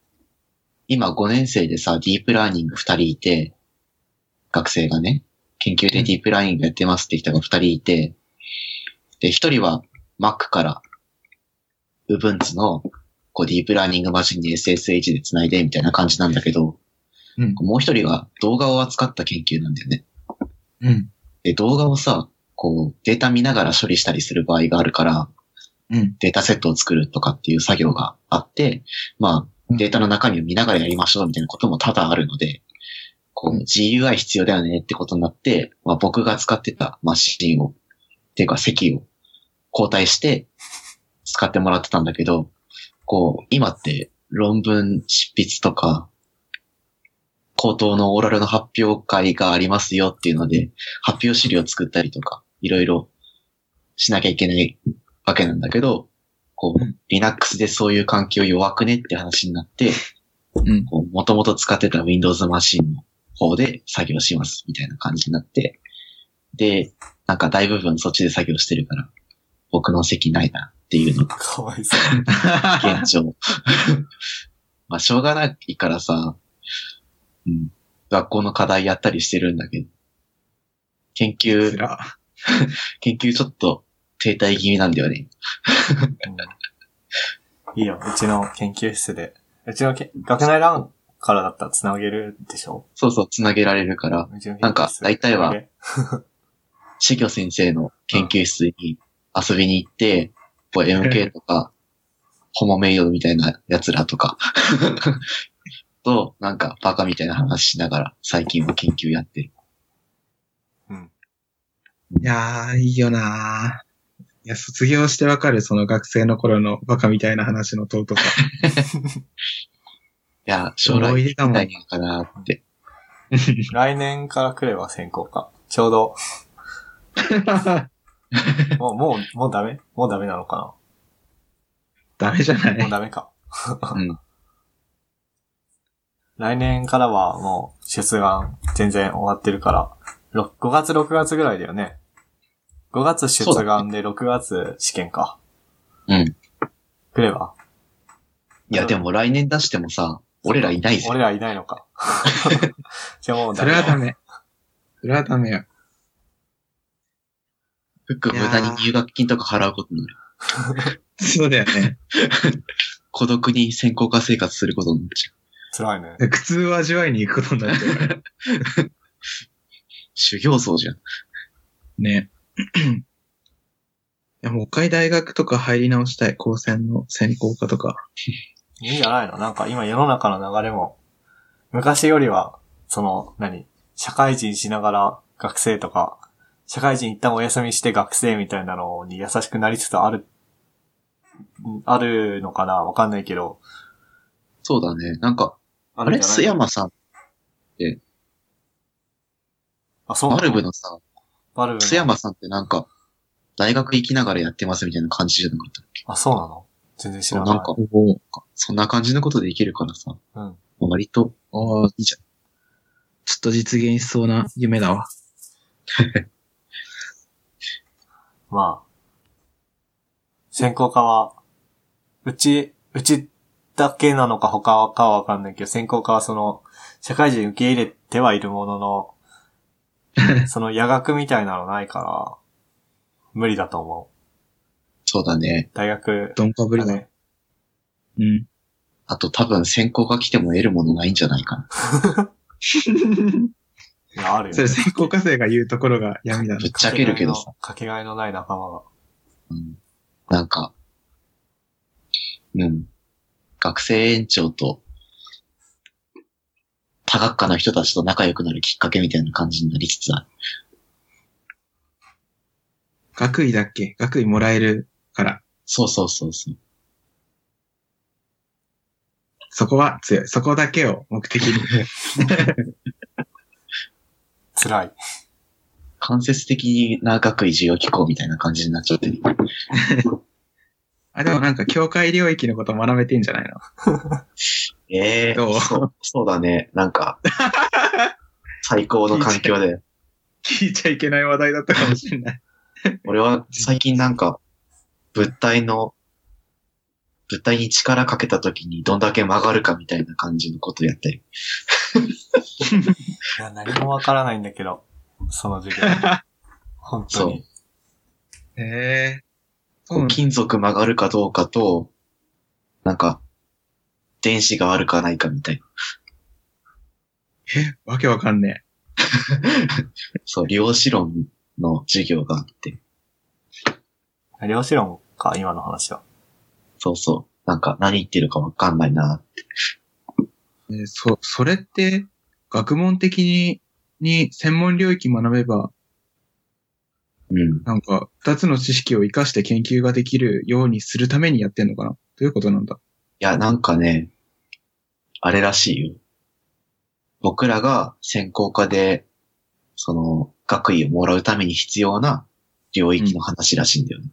C: 今5年生でさ、ディープラーニング2人いて、学生がね、研究でディープラーニングやってますって人が2人いて、で、1人は Mac から、Ubuntu の、こう、ディープラーニングマシンに SSH で繋いでみたいな感じなんだけど、
B: うん。
C: もう1人が動画を扱った研究なんだよね。
B: うん。
C: で、動画をさ、こう、データ見ながら処理したりする場合があるから、
B: うん。
C: データセットを作るとかっていう作業があって、ま
B: う
C: あ、
B: ん
C: データの中身を見ながらやりましょうみたいなことも多々あるので、こ
B: う
C: う、
B: ん
C: GUI 必要だよねってことになって、まあ僕が使ってたマシンを、っていうか席を交代して使ってもらってたんだけど、こう、今って論文執筆とか、口頭のオーラルの発表会がありますよっていうので、発表資料作ったりとか、いろいろしなきゃいけないわけなんだけど、こ
B: うん
C: う、Linux でそういう環境弱くねって話になって、
B: うん。
C: こう、元々使ってた Windows マシンの方で作業します、みたいな感じになって、で、なんか大部分そっちで作業してるから、僕の席ないなっていうのが
A: かわいそう。
C: 現状。 まあ、しょうがないからさ、うん、学校の課題やったりしてるんだけど、研
B: つ
C: 究、
B: ら。
C: 研究ちょっと停滞気味なんだよね。
A: うんいいよ、うちの研究室で。うちのけ学内ラウンからだったら繋げるでしょ
C: そうそう、繋げられるから、
A: うちの研究室
C: なんか大体は
A: 繋げ
C: 死魚先生の研究室に遊びに行って、こう MK とか、ホモメイドみたいな奴らとか、 と、なんかバカみたいな話しながら、最近は研究やってる。
A: うん。
B: いやー、いいよなー。いや、卒業してわかる、その学生の頃のバカみたいな話の尊さ。
C: いや、将来
B: 思い出だもん
C: 大変かなって。
A: 来年から来れば先行か。ちょうど、もう、もう、もうダメもうダメなのか
B: ダメじゃな
A: なもう
B: い。
A: ダメか。
C: うん。
A: 来年からはもう出願全然終わってるから、5月6月ぐらいだよね。5月出願で6月試験か。
C: うん。
A: 来れば。
C: いや、でも来年出してもさ、俺らいないぜ。
A: 俺らいないの か。じゃあもう
B: それはダ
A: だ。
B: メ。それはダメよ。
C: ふっくん無駄に入学金とか払うことになる。
B: そうだよね。
C: 孤独に専攻科生活することになっちゃう。
A: 辛いね。
B: 苦痛を味わいに行くことになっちゃうから。
C: 修行僧じゃん。
B: ね。 いや、もう一回大学とか入り直したい。高専の専攻科とか。
A: いいんじゃないのなんか今世の中の流れも、昔よりは、その、何社会人しながら学生とか、社会人一旦お休みして学生みたいなのに優しくなりつつある、んあるのかなわかんないけど。
C: そうだね。なんか、
A: あ
C: あ
A: るん
C: れ、
A: じゃ
C: 須
A: ない
C: 山さん、
A: あ、そうな
C: バ
A: の
C: ルブのさ、
A: バルブの
C: 須山さんってなんか、大学行きながらやってますみたいな感じじゃなかったっけ
A: あ、そうなの全然知ら
C: そう
A: ない。
C: なんか、そんな感じのことできるからさ、
A: うん。
C: 割と、
B: おーいいじゃん。ちょっと実現しそうな夢だわ。
A: まあ。専攻科は、うち、うちだけなのか他かはわかんないけど、専攻科はその、社会人受け入れてはいるもの の、その夜学みたいなのないから、無理だと思
C: そうだね
A: う。。大学、
B: ドンかぶりだ。
A: ね
B: うん。
C: あと多分専攻が来ても得るものないんじゃないかな。
A: いやあるよ、ね。
B: それ専攻科生が言うところが闇だな
C: ぶっちゃけるけどさ。
A: かけがえのない仲間が。
C: うんなんか、うん。学生園長と、多学科の人たちと仲良くなるきっかけみたいな感じになりつつある。
B: 学位だっけ学位もらえるから。
C: そうそうそうそう。
B: そこは強い。そこだけを目的に。
A: 辛い。
C: 間接的な学位授与機構みたいな感じになっちゃってる。
B: あ、でもなんか、境界領域のこと学べてんじゃないの
C: ええ
B: どう
C: そうそうだね。なん か、最高の環境で。
B: 聞いちゃいけない話題だったかもしれない。
C: 俺は最近なんか、物体の、物体に力かけた時にどんだけ曲がるかみたいな感じのことやったり。
A: いや、何もわからないんだけど、その 授業。本当に。
B: へえ
C: こう金属曲がるかどうかと、なんか、電子があるかないかみたいな。
B: え、わけわかんね
C: そう、量子論の授業があって。
A: 量子論か、今の話 は。
C: そうそう。なんか何言ってるかわかんないな。
B: え。えそ、それって、学問的に、に専門領域学べば、
C: うん。
B: なんか、二つの知識を活かして研究ができるようにするためにやってんのかなどういうことなんだ
C: いや、なんかね、あれらしいよ。僕らが専攻科で、その、学位をもらうために必要な領域の話らしいんだよね。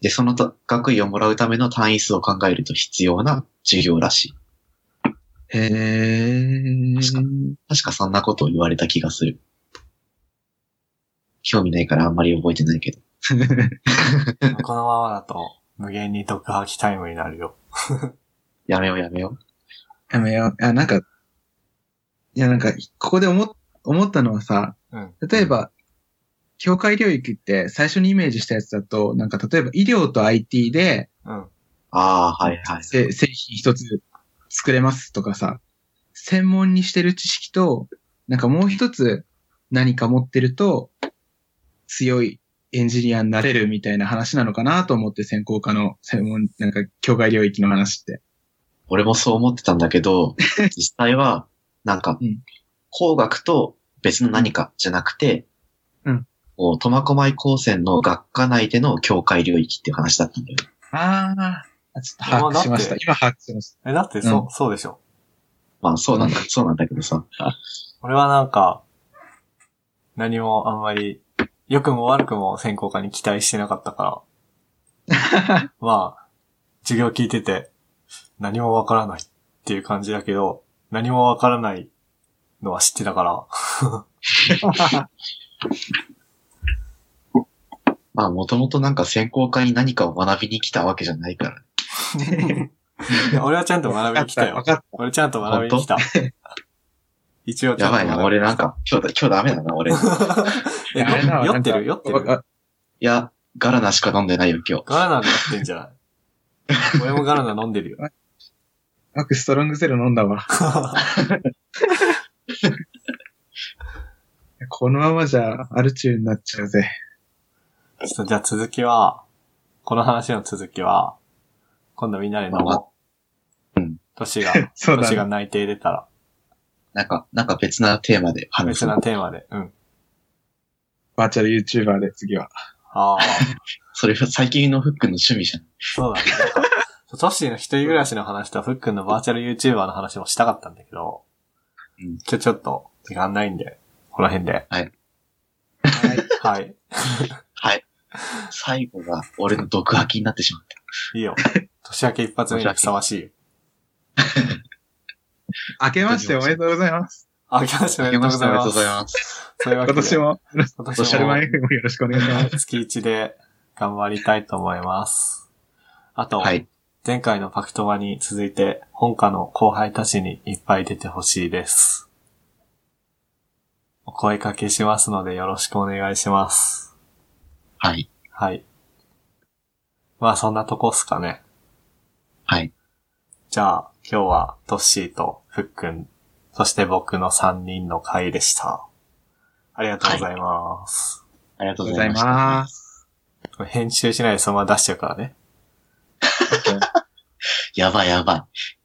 C: で、そのた学位をもらうための単位数を考えると必要な授業らしい。
B: へえ。
C: 確か確かそんなことを言われた気がする。興味ないからあんまり覚えてないけど。
A: このままだと、無限に毒吐きタイムになるよ。
C: やめようやめよ
B: やめよう。あ、なんか、いや、なんか、ここで思っ、思ったのはさ、
A: うん。
B: 例えば、境界領域って最初にイメージしたやつだと、なんか例えば医療と IT で
A: うん。
C: う。ああ、はいはい。
B: せ製品一つ作れますとかさ、専門にしてる知識と、なんかもう一つ何か持ってると、強いエンジニアになれるみたいな話なのかなと思って専攻科の専門、なんか境界領域の話って。
C: 俺もそう思ってたんだけど、実際は、なんか
B: うん、
C: 工学と別の何かじゃなくて、
B: うん。
C: こう、苫小牧高専の学科内での境界領域っていう話だったんだよね。
B: ああ、ちょっと把握しまし
A: まあだ
B: た。
A: っ
B: 今把握し ました。
A: え、だって、そ、
B: う
A: うそうでしょ。
C: まあ、そうなんだ、そうなんだけどさ。
A: 俺はなんか、何もあんまり、良くも悪くも専攻科に期待してなかった から。まあ、授業聞いてて、何もわからないっていう感じだけど、何もわからないのは知ってたから、
C: まあ、もともとなんか専攻科に何かを学びに来たわけじゃないから。
A: いや俺はちゃんと学びに来た
B: わ
A: よ。
B: かった。
A: 俺ちゃんと学びに来た。 一応ちゃ
C: や
A: んと学
C: ばい
A: び
C: な、俺なんか、今日だ、今日ダメだな、俺。い
A: えよ
B: あれだわ
A: 酔ってる
B: な
A: 酔
B: ん
A: っ
B: か
A: てる
B: わ
C: や、ガラナしか飲んでないよ、今日。
A: ガラナでやってんじゃない俺もガラナ飲んでるよ。
B: マックストロングゼロ飲んだわ。このままじゃ、アルチューになっちゃうぜ。
A: ちょっとじゃあ続きは、この話の続きは、今度みんなで飲もう。
C: うん。
A: 年 が、
B: そうだ
A: 年
B: ね
A: が内定出たら、
C: なんか、なんか別なテーマで話
A: 別
C: す。
A: なテーマで。うん。
B: バーチャル YouTuber で次は。
A: ああ、
C: それは最近のフックの趣味じゃん。
A: そうだね。なんかトッシーの一人暮らしの話とふっくんのバーチャル YouTuber の話もしたかったんだけど、
C: うん
A: 今日ちょっと時間ないんで、この辺で。
C: はい。
A: はい。
C: はい。最後が俺の毒吐きになってしまった。
A: いいよ。年明け一発目にふさわしいよ。
B: 明けましておめでとうございます。
A: あ、明けましておめでとうございます。
C: す。
A: そういうわ
B: 今
A: けで
B: 年も、
A: 今
B: ソーシャルマン FM よろしくお願いします。
A: 月1で頑張りたいと思います。あと、
C: はい。
A: 前回のパクトマに続いて、本家の後輩たちにいっぱい出てほしいです。お声掛けしますのでよろしくお願いします。
C: はい。
A: はい。まあそんなとこっすかね。
C: はい。
A: じゃあ今日はトッシーとフックン、そして僕の3人の会でした。ありがとうございます。
C: ありがと
B: あ
C: う
B: り
C: ご
B: がとうご
C: ざ
B: ざい
C: いました。
B: ます。
A: 編集しないでそのまま出しちゃうからね。
C: やばいやばい。